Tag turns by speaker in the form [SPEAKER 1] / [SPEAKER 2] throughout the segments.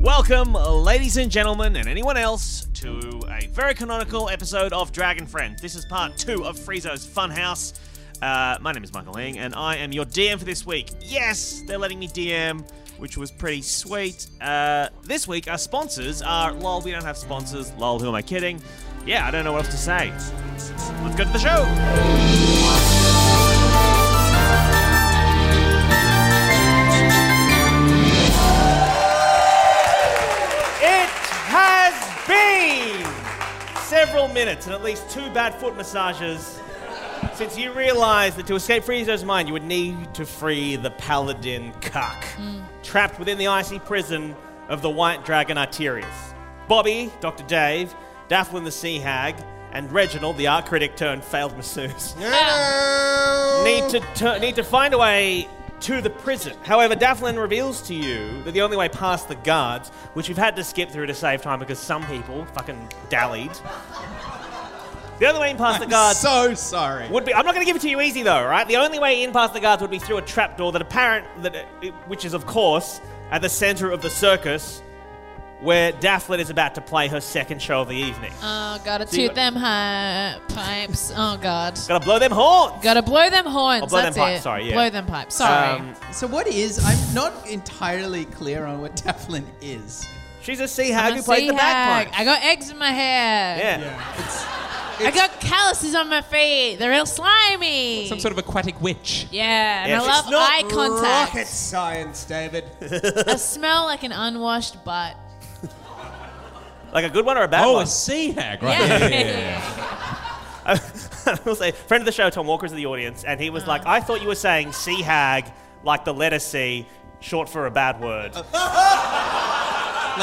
[SPEAKER 1] Welcome, ladies and gentlemen, and anyone else, to a very canonical episode of Dragon Friend. This is part two of Friezo's Funhouse. Uh, my name is Michael Ling, and I am your DM for this week. Yes, they're letting me DM, which was pretty sweet. Uh, this week, our sponsors are lol, we don't have sponsors. Lol, who am I kidding? Yeah, I don't know what else to say. Let's go to the show. It has been several minutes and at least two bad foot massages since you realized that to escape Friezo's mind, you would need to free the paladin cuck, trapped within the icy prison of the White Dragon Arterius. Bobby, Dr. Dave, Dafflin the Sea Hag, and Reginald, the art critic turned failed masseuse need to tu- need to find a way to the prison. However, Dafflin reveals to you that the only way past the guards, which you've had to skip through to save time because some people fucking dallied. The only way in past the guards
[SPEAKER 2] so sorry.
[SPEAKER 1] would be. I'm not going to give it to you easy though, right? The only way in past the guards would be through a trapdoor that apparent that, uh, which is of course at the centre of the circus, where Dafflin is about to play her second show of the evening.
[SPEAKER 3] Oh, gotta
[SPEAKER 1] you-
[SPEAKER 3] toot them hi- pipes. Oh, God.
[SPEAKER 1] Gotta blow them horns.
[SPEAKER 3] Gotta blow them horns.
[SPEAKER 1] Oh, blow them
[SPEAKER 3] That's
[SPEAKER 1] pipes,
[SPEAKER 3] it.
[SPEAKER 1] sorry, yeah.
[SPEAKER 3] Blow them pipes. Sorry.
[SPEAKER 1] Um,
[SPEAKER 2] So what is? I'm not entirely clear on what Dafflin is.
[SPEAKER 1] she's a sea hag
[SPEAKER 3] I'm
[SPEAKER 1] who
[SPEAKER 3] a
[SPEAKER 1] plays
[SPEAKER 3] sea
[SPEAKER 1] the
[SPEAKER 3] hag.
[SPEAKER 1] bagpipe.
[SPEAKER 3] I got eggs in my hair.
[SPEAKER 1] Yeah.
[SPEAKER 2] It's,
[SPEAKER 3] I got calluses on my feet. They're real slimy.
[SPEAKER 4] Some sort of aquatic witch.
[SPEAKER 3] yeah, and
[SPEAKER 1] Yeah.
[SPEAKER 3] I
[SPEAKER 1] It's
[SPEAKER 3] love eye contact.
[SPEAKER 5] Rocket science, David.
[SPEAKER 3] I smell like an unwashed butt.
[SPEAKER 1] Like a good one or a bad
[SPEAKER 4] Oh,
[SPEAKER 1] one?
[SPEAKER 4] a sea hag, right?
[SPEAKER 3] Yeah.
[SPEAKER 1] I will say, friend of the show, Tom Walker's in the audience, and he was
[SPEAKER 3] Uh-huh.
[SPEAKER 1] like, I thought you were saying sea hag, like the letter C, short for a bad word.
[SPEAKER 3] Oh.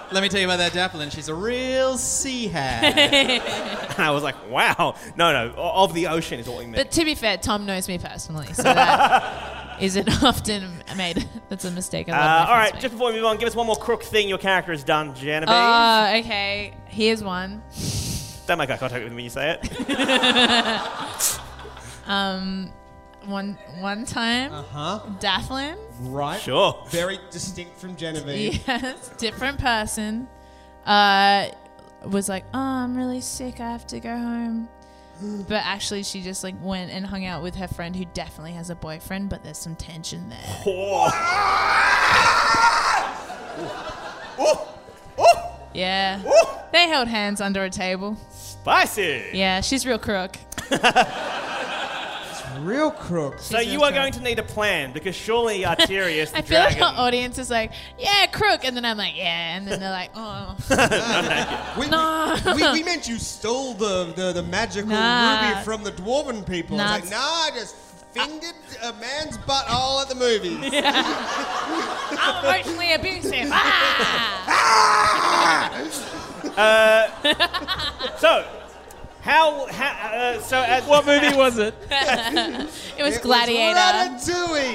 [SPEAKER 2] let, let me tell you about that Dafflin. She's a real sea hag.
[SPEAKER 1] and I was like, wow. No, no, o- of the ocean is what we meant.
[SPEAKER 3] But to be fair, Tom knows me personally, so that isn't often made. That's a mistake. I love
[SPEAKER 1] uh,
[SPEAKER 3] my
[SPEAKER 1] all
[SPEAKER 3] friends
[SPEAKER 1] right,
[SPEAKER 3] make.
[SPEAKER 1] just before we move on, give us one more crook thing your character has done, Genevieve.
[SPEAKER 3] Oh, okay. Here's one.
[SPEAKER 1] Don't make eye contact with me when you say it.
[SPEAKER 3] One one time, uh-huh. Dafflin.
[SPEAKER 5] Right?
[SPEAKER 1] Sure.
[SPEAKER 5] Very distinct from Genevieve.
[SPEAKER 3] Yes, different person. Uh, was like, oh, I'm really sick. I have to go home. But actually, she just like went and hung out with her friend, who definitely has a boyfriend. But there's some tension there. Yeah, they held hands under a table.
[SPEAKER 1] Spicy.
[SPEAKER 3] Yeah, she's real crook.
[SPEAKER 5] Real crook.
[SPEAKER 1] So
[SPEAKER 3] She's
[SPEAKER 1] you
[SPEAKER 3] real
[SPEAKER 1] are
[SPEAKER 3] crook.
[SPEAKER 1] going to need a plan because surely Arterius the
[SPEAKER 3] I feel like
[SPEAKER 1] dragon.
[SPEAKER 3] our audience is like, yeah, crook, and then I'm like, yeah, and then they're like, oh,
[SPEAKER 5] We,
[SPEAKER 3] No.
[SPEAKER 5] we, we meant you stole the, the, the magical
[SPEAKER 3] Nah.
[SPEAKER 5] ruby from the dwarven people.
[SPEAKER 3] Nah,
[SPEAKER 5] It's like, nah, I just fingered a man's butthole at the movies.
[SPEAKER 3] I'm emotionally abusive. Ah!
[SPEAKER 1] so, how? how uh, so as
[SPEAKER 4] What movie was it?
[SPEAKER 3] It was
[SPEAKER 5] It
[SPEAKER 3] Gladiator.
[SPEAKER 5] Was Ratatouille.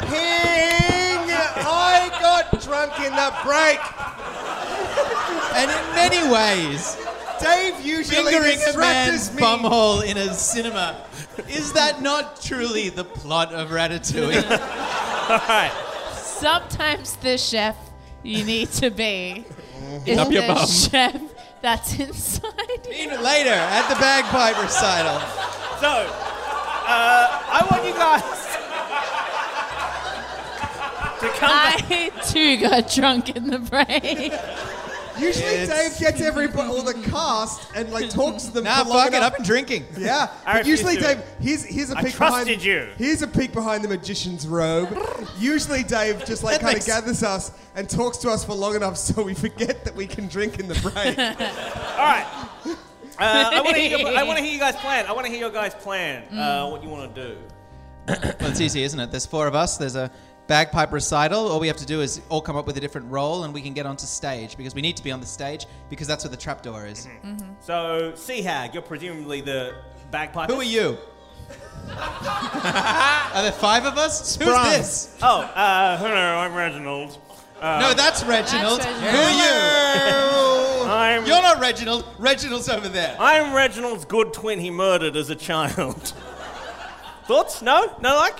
[SPEAKER 5] Ping! I got drunk in the break.
[SPEAKER 2] and in many ways,
[SPEAKER 5] Dave usually
[SPEAKER 2] fingering a
[SPEAKER 5] distracts
[SPEAKER 2] man's
[SPEAKER 5] me.
[SPEAKER 2] bumhole in a cinema. Is that not truly the plot of Ratatouille?
[SPEAKER 3] Sometimes the chef you need to be is
[SPEAKER 4] Up your
[SPEAKER 3] the
[SPEAKER 4] bum.
[SPEAKER 3] chef that's inside you.
[SPEAKER 2] In- Later at the bagpipe recital.
[SPEAKER 1] So, uh, I want you guys to come back.
[SPEAKER 3] I too got drunk in the break.
[SPEAKER 5] Usually Dave gets everybody, all the cast, and like talks to them.
[SPEAKER 2] Nah,
[SPEAKER 5] for long
[SPEAKER 2] fuck it. I've
[SPEAKER 5] enough.
[SPEAKER 2] been drinking.
[SPEAKER 5] Yeah.
[SPEAKER 1] I
[SPEAKER 5] But
[SPEAKER 1] refuse
[SPEAKER 5] usually,
[SPEAKER 1] to.
[SPEAKER 5] Dave, here's here's a
[SPEAKER 1] I
[SPEAKER 5] peek
[SPEAKER 1] trusted
[SPEAKER 5] behind.
[SPEAKER 1] you.
[SPEAKER 5] Here's a peek behind the magician's robe. usually, Dave just like
[SPEAKER 2] That
[SPEAKER 5] kind of
[SPEAKER 2] makes-
[SPEAKER 5] gathers us and talks to us for long enough so we forget that we can drink in the break.
[SPEAKER 1] All right. Uh, I want to hear, your- I wanna hear you guys plan. I want to hear your guys plan. Uh, what you want to do?
[SPEAKER 2] Well, it's easy, isn't it? There's four of us. There's a bagpipe recital. All we have to do is all come up with a different role, and we can get onto stage because we need to be on the stage because that's where the trapdoor is.
[SPEAKER 1] So, Seahag, you're presumably the bagpipe.
[SPEAKER 2] Who are you? are there five of us?
[SPEAKER 1] Sprung.
[SPEAKER 2] Who's this?
[SPEAKER 1] Oh, uh, hello, I'm Reginald.
[SPEAKER 2] no, that's Reginald.
[SPEAKER 3] Reginald.
[SPEAKER 2] Who are you?
[SPEAKER 1] I'm
[SPEAKER 2] You're not Reginald. Reginald's over there.
[SPEAKER 1] I'm Reginald's good twin he murdered as a child. Thoughts? No? No like?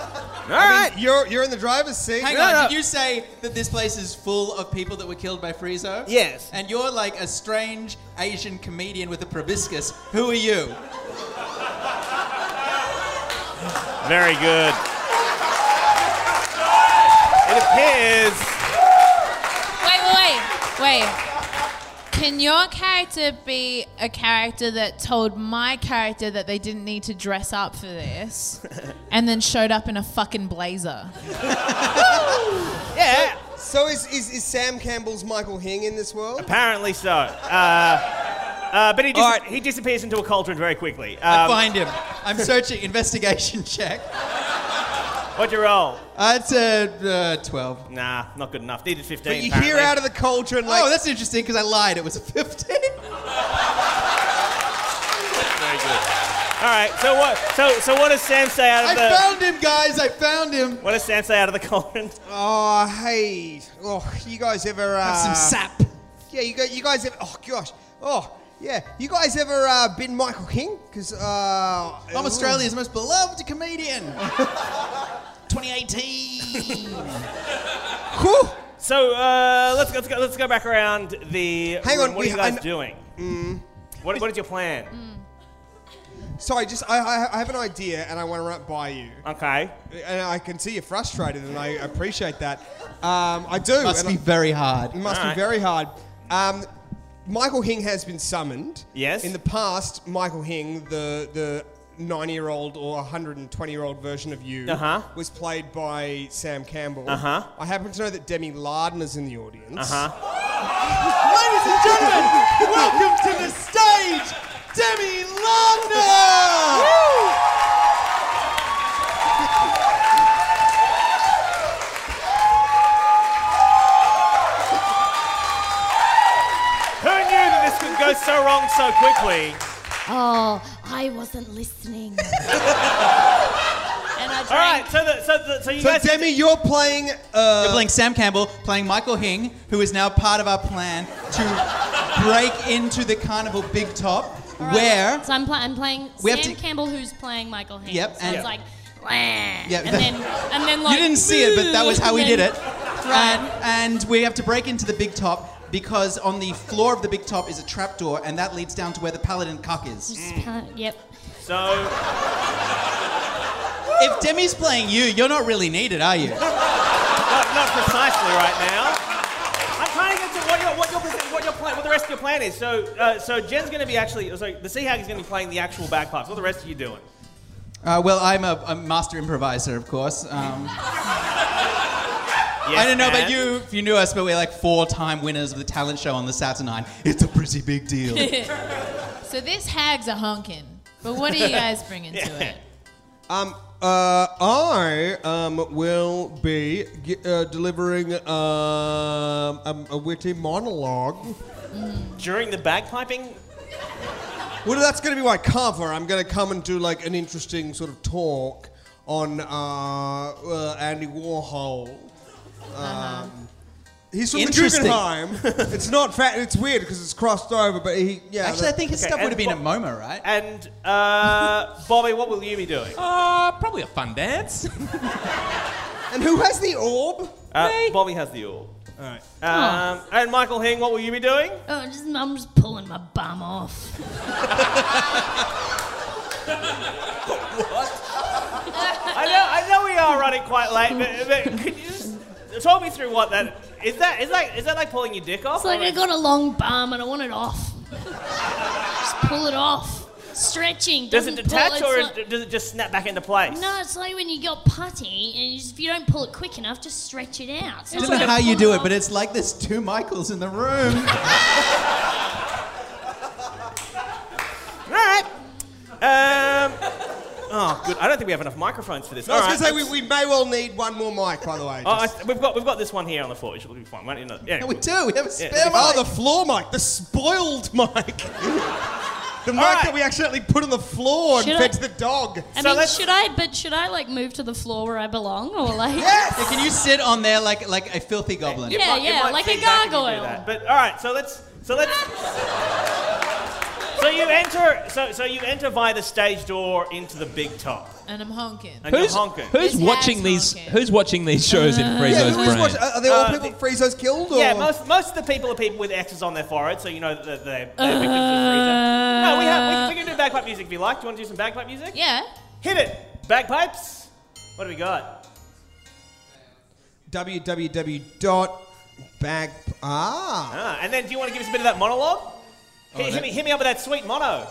[SPEAKER 1] All right.
[SPEAKER 5] You're you're in the driver's seat.
[SPEAKER 2] Hang
[SPEAKER 1] No,
[SPEAKER 2] on,
[SPEAKER 1] no.
[SPEAKER 2] did you say that this place is full of people that were killed by Friezo?
[SPEAKER 1] Yes.
[SPEAKER 2] And you're like a strange Asian comedian with a proboscis. Who are you?
[SPEAKER 1] Very good. It appears.
[SPEAKER 3] Wait, wait, wait, wait. Can your character be a character that told my character that they didn't need to dress up for this and then showed up in a fucking blazer?
[SPEAKER 1] Yeah.
[SPEAKER 5] So is, is is Sam Campbell's Michael Hing in this world?
[SPEAKER 1] Apparently so. Uh, uh, but he, dis-
[SPEAKER 2] All right.
[SPEAKER 1] he disappears into a cauldron very quickly.
[SPEAKER 2] I
[SPEAKER 1] Um,
[SPEAKER 2] find him. I'm searching. Investigation check.
[SPEAKER 1] what'd you roll?
[SPEAKER 2] Uh, it's a uh, 12.
[SPEAKER 1] Nah, not good enough. Needed 15.
[SPEAKER 5] But you
[SPEAKER 1] apparently.
[SPEAKER 5] hear out of the cauldron like
[SPEAKER 2] oh, that's interesting because I lied. It was a 15.
[SPEAKER 1] All right. So what? So so what does Sam say out of
[SPEAKER 2] I
[SPEAKER 1] the?
[SPEAKER 2] found him, guys. I found him.
[SPEAKER 1] what does Sam say out of the cauldron?
[SPEAKER 5] Oh hey, oh you guys ever uh,
[SPEAKER 2] Have some sap.
[SPEAKER 5] Yeah, you guys, you guys ever? Oh gosh, oh yeah, you guys ever uh, been Michael King? Because uh,
[SPEAKER 2] I'm Australia's most beloved comedian. 2018.
[SPEAKER 5] Whew.
[SPEAKER 1] So uh, let's go, let's go let's go back around the.
[SPEAKER 5] Hang on,
[SPEAKER 1] What
[SPEAKER 5] we-
[SPEAKER 1] are
[SPEAKER 5] Mm.
[SPEAKER 1] you guys
[SPEAKER 5] I-
[SPEAKER 1] doing? What, what is your plan?
[SPEAKER 5] Sorry, just I, I, I have an idea and I want to run it by you,
[SPEAKER 1] Okay.
[SPEAKER 5] and I can see you're frustrated, and I appreciate that. Um, I do.
[SPEAKER 2] Must
[SPEAKER 5] and
[SPEAKER 2] be
[SPEAKER 5] I-
[SPEAKER 2] very hard.
[SPEAKER 5] It must
[SPEAKER 1] Alright.
[SPEAKER 5] be very hard. Um, Michael Hing has been summoned.
[SPEAKER 1] Yes.
[SPEAKER 5] In the past, Michael Hing, the the nine year old or 120 year old version of you,
[SPEAKER 1] Uh-huh.
[SPEAKER 5] was played by Sam Campbell. Uh
[SPEAKER 1] Uh-huh.
[SPEAKER 5] I happen to know that Demi Lardner's in the audience.
[SPEAKER 1] Uh huh.
[SPEAKER 2] Ladies and gentlemen, welcome to the stage, Demi Lardner.
[SPEAKER 1] Who knew that this could go so wrong so quickly?
[SPEAKER 6] Oh, I wasn't listening.
[SPEAKER 3] And I drank.
[SPEAKER 1] All right. So the, so the, so you
[SPEAKER 5] So
[SPEAKER 1] guys.
[SPEAKER 5] Demi, you're playing. Uh,
[SPEAKER 2] We're playing Sam Campbell, playing Michael Hing, who is now part of our plan to break into the carnival big top, where
[SPEAKER 6] so I'm, pl- I'm playing
[SPEAKER 2] We have
[SPEAKER 6] Sam
[SPEAKER 2] to-
[SPEAKER 6] Campbell, who's playing Michael Hayes.
[SPEAKER 2] Yep,
[SPEAKER 6] So
[SPEAKER 2] and-
[SPEAKER 6] it's like, "Wah,"
[SPEAKER 2] Yep.
[SPEAKER 6] and then and then like
[SPEAKER 2] you didn't see it, but that was how we
[SPEAKER 6] and
[SPEAKER 2] did
[SPEAKER 6] then-
[SPEAKER 2] it.
[SPEAKER 6] Right.
[SPEAKER 2] And, and we have to break into the big top because on the floor of the big top is a trapdoor, and that leads down to where the paladin cock is.
[SPEAKER 6] Just pa- Yep.
[SPEAKER 1] So
[SPEAKER 2] If Demi's playing you, you're not really needed, are you?
[SPEAKER 1] not, not precisely right now. I'm trying to get to what your what your what your plan what the rest of your plan is. So uh, so Jen's going to be actually so the sea hag is going to be playing the actual bagpipes. What are the rest of you doing?
[SPEAKER 2] Uh, well, I'm a, a master improviser, of course. Um,
[SPEAKER 1] Yes,
[SPEAKER 2] I don't know about
[SPEAKER 1] and-
[SPEAKER 2] you if you knew us, but we're like four-time winners of the talent show on the Saturnine. It's a pretty big deal.
[SPEAKER 3] So this hag's a honkin', but what are you guys bringing to it?
[SPEAKER 5] Um, uh, I um, will be g- uh, delivering um, um, a witty monologue.
[SPEAKER 1] during the bagpiping.
[SPEAKER 5] Well, that's going to be my cover. I'm going to come and do like an interesting sort of talk on uh, uh, Andy Warhol. Um, He's from the
[SPEAKER 2] Uh-huh. Interesting.
[SPEAKER 5] Guggenheim. it's not fat. It's weird because it's crossed over. But he, yeah.
[SPEAKER 2] Actually, I think his
[SPEAKER 1] Okay,
[SPEAKER 2] stuff would have been at
[SPEAKER 1] and-
[SPEAKER 2] MoMA, right?
[SPEAKER 1] And uh, Bobby, what will you be doing?
[SPEAKER 4] Uh, probably a fun dance.
[SPEAKER 5] and who has the orb?
[SPEAKER 1] Uh, Bobby has the all.
[SPEAKER 5] All right.
[SPEAKER 1] Um, and Michael Hing, what will you be doing?
[SPEAKER 6] Oh, just, I'm just pulling my bum off.
[SPEAKER 1] I know, I know we are running quite late, but, but could you just talk me through what that is? That is that is that like pulling your dick off?
[SPEAKER 6] It's like I got a long bum and I want it off. just pull it off. Stretching.
[SPEAKER 1] does
[SPEAKER 6] Doesn't
[SPEAKER 1] it detach
[SPEAKER 6] pull,
[SPEAKER 1] or
[SPEAKER 6] it's
[SPEAKER 1] is, does it just snap back into place?
[SPEAKER 6] No, it's like when you got putty, and you just, if you don't pull it quick enough, just stretch it out. So
[SPEAKER 2] I
[SPEAKER 6] it's
[SPEAKER 2] don't know
[SPEAKER 6] like a
[SPEAKER 2] how you do it,
[SPEAKER 6] pull-off.
[SPEAKER 2] but it's like there's two Michaels in the room.
[SPEAKER 1] Um, oh, good. I don't think we have enough microphones for this.
[SPEAKER 5] I was
[SPEAKER 1] All
[SPEAKER 5] going to
[SPEAKER 1] right.
[SPEAKER 5] say, we, we may well need one more mic, by the way.
[SPEAKER 1] Oh, I,
[SPEAKER 5] just-
[SPEAKER 1] we've got we've got this one here on the floor. It should be fine. Won't it? Yeah,
[SPEAKER 2] We do. We have a spare
[SPEAKER 1] yeah.
[SPEAKER 2] mic.
[SPEAKER 5] oh, the floor mic, the spoiled mic. the mic
[SPEAKER 1] right.
[SPEAKER 5] that we accidentally put on the floor
[SPEAKER 6] Should
[SPEAKER 5] and fed
[SPEAKER 6] I-
[SPEAKER 5] to the dog.
[SPEAKER 6] I
[SPEAKER 1] So
[SPEAKER 6] mean,
[SPEAKER 1] let's-
[SPEAKER 6] should I? But should I like move to the floor where I belong, or like?
[SPEAKER 2] Yeah, can you sit on there like like a filthy goblin?
[SPEAKER 6] Yeah,
[SPEAKER 1] It
[SPEAKER 6] yeah,
[SPEAKER 1] might
[SPEAKER 6] like a
[SPEAKER 1] feedback if you do
[SPEAKER 6] gargoyle.
[SPEAKER 1] that. But all right, so let's so let's so you enter so so you enter via the stage door into the big top
[SPEAKER 3] And I'm honking.
[SPEAKER 1] and you're honking.
[SPEAKER 4] who's
[SPEAKER 3] His
[SPEAKER 4] watching
[SPEAKER 3] dad's
[SPEAKER 4] these?
[SPEAKER 3] honking.
[SPEAKER 4] Who's watching these shows in Friezo's
[SPEAKER 5] who is
[SPEAKER 4] brain?
[SPEAKER 5] watching- Are are they all
[SPEAKER 1] Uh,
[SPEAKER 5] people Friezo's killed? Or?
[SPEAKER 1] yeah, most most of the people are people with X's on their forehead, so you know that they're, they're victims of freezer. No, we have we, we can do bagpipe music if you like. Do you want to do some bagpipe music?
[SPEAKER 3] Yeah.
[SPEAKER 1] Hit it, bagpipes. What do we got?
[SPEAKER 5] www.bag. Ah.
[SPEAKER 1] Ah, and then do you want to give us a bit of that monologue?
[SPEAKER 4] Oh,
[SPEAKER 1] Hit, hit me, hit me up with that sweet mono.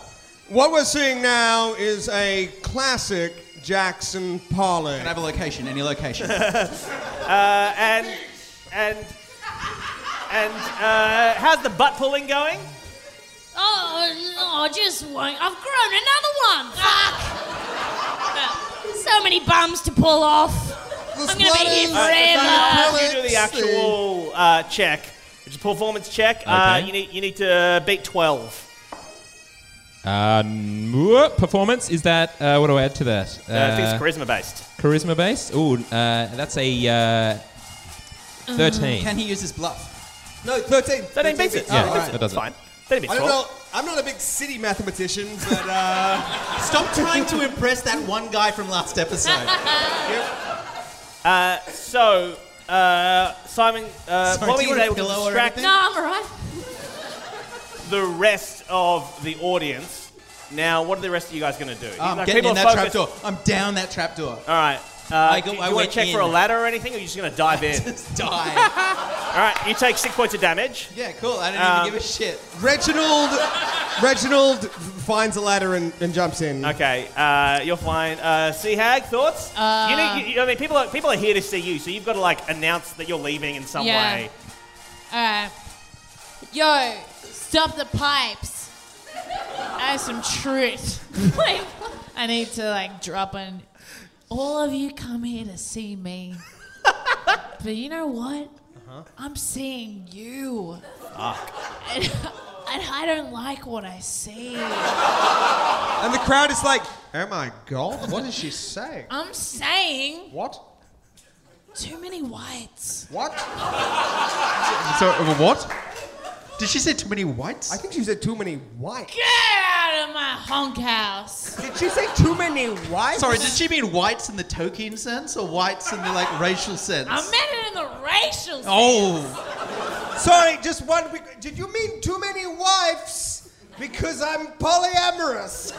[SPEAKER 5] What we're seeing now is a classic Jackson Pollock.
[SPEAKER 2] Can I have a location? Any location?
[SPEAKER 1] Uh, and and and uh, how's the butt pulling going?
[SPEAKER 6] Oh no! I Just won't. I've grown another one. Fuck. so many bums to pull off.
[SPEAKER 5] The
[SPEAKER 6] I'm gonna be here
[SPEAKER 5] Splutters,
[SPEAKER 6] forever.
[SPEAKER 5] Van
[SPEAKER 1] You do
[SPEAKER 5] Pollock's,
[SPEAKER 1] the actual uh, check, which is performance check. Uh,
[SPEAKER 4] Okay.
[SPEAKER 1] you need you need to beat twelve.
[SPEAKER 4] Um, whoop, performance is that? Uh, what do I add to that?
[SPEAKER 1] Uh, I think it's charisma based.
[SPEAKER 4] charisma based. Ooh, uh, that's a uh, thirteen.
[SPEAKER 2] can he use his bluff?
[SPEAKER 5] No, 13.
[SPEAKER 1] So then beats it. Oh,
[SPEAKER 4] Yeah,
[SPEAKER 1] Beats
[SPEAKER 5] all
[SPEAKER 4] that
[SPEAKER 1] it. It's
[SPEAKER 4] does it.
[SPEAKER 1] fine. Then it beats
[SPEAKER 5] I don't
[SPEAKER 1] twelve.
[SPEAKER 5] know. I'm not a big city mathematician, but uh,
[SPEAKER 2] Stop trying to impress that one guy from last episode.
[SPEAKER 1] So uh, Simon, uh,
[SPEAKER 2] Sorry,
[SPEAKER 1] Bobby
[SPEAKER 2] do you
[SPEAKER 1] is
[SPEAKER 2] want a
[SPEAKER 1] able to
[SPEAKER 2] pillow or
[SPEAKER 1] distract
[SPEAKER 2] anything?
[SPEAKER 6] No, I'm alright.
[SPEAKER 1] the rest of the audience. Now, what are the rest of you guys going to do?
[SPEAKER 2] I'm
[SPEAKER 1] Like,
[SPEAKER 2] getting
[SPEAKER 1] people
[SPEAKER 2] in
[SPEAKER 1] are
[SPEAKER 2] that
[SPEAKER 1] focused-
[SPEAKER 2] trapdoor. I'm down that trapdoor.
[SPEAKER 1] All right. Uh,
[SPEAKER 2] go-
[SPEAKER 1] do you,
[SPEAKER 2] I
[SPEAKER 1] want
[SPEAKER 2] went
[SPEAKER 1] to check for a
[SPEAKER 2] in.
[SPEAKER 1] ladder or anything, or are you just going to dive in?
[SPEAKER 2] Just die.
[SPEAKER 1] All right, you take six points of damage.
[SPEAKER 2] yeah, cool. I don't
[SPEAKER 1] Um,
[SPEAKER 2] even give a shit.
[SPEAKER 5] Reginald Reginald finds a ladder and, and jumps in.
[SPEAKER 1] Okay, uh, you're fine. Uh, Sea Hag, thoughts? you need, you, you- I mean, people are, people are here to see you, so you've got to like announce that you're leaving in some
[SPEAKER 3] Yeah.
[SPEAKER 1] way.
[SPEAKER 3] Alright. Uh, Yo, stop the pipes. I have some truth. Like, I need to like drop in. All of you come here to see me. but you know what? I'm seeing you. And, and I don't like what I see.
[SPEAKER 5] And the crowd is like, oh my god, what is she saying?
[SPEAKER 3] I'm saying
[SPEAKER 5] What?
[SPEAKER 3] too many whites.
[SPEAKER 5] What?
[SPEAKER 2] So uh, what? Did she say too many whites?
[SPEAKER 5] I think she said too many white.
[SPEAKER 3] Get out of my honk house.
[SPEAKER 5] Did she say too many white?
[SPEAKER 2] Sorry, did she mean whites in the Tolkien sense or whites in the like racial sense?
[SPEAKER 3] I meant it in the racial
[SPEAKER 2] oh,
[SPEAKER 5] Sorry, just one. quick- Did you mean too many wives? Because I'm polyamorous.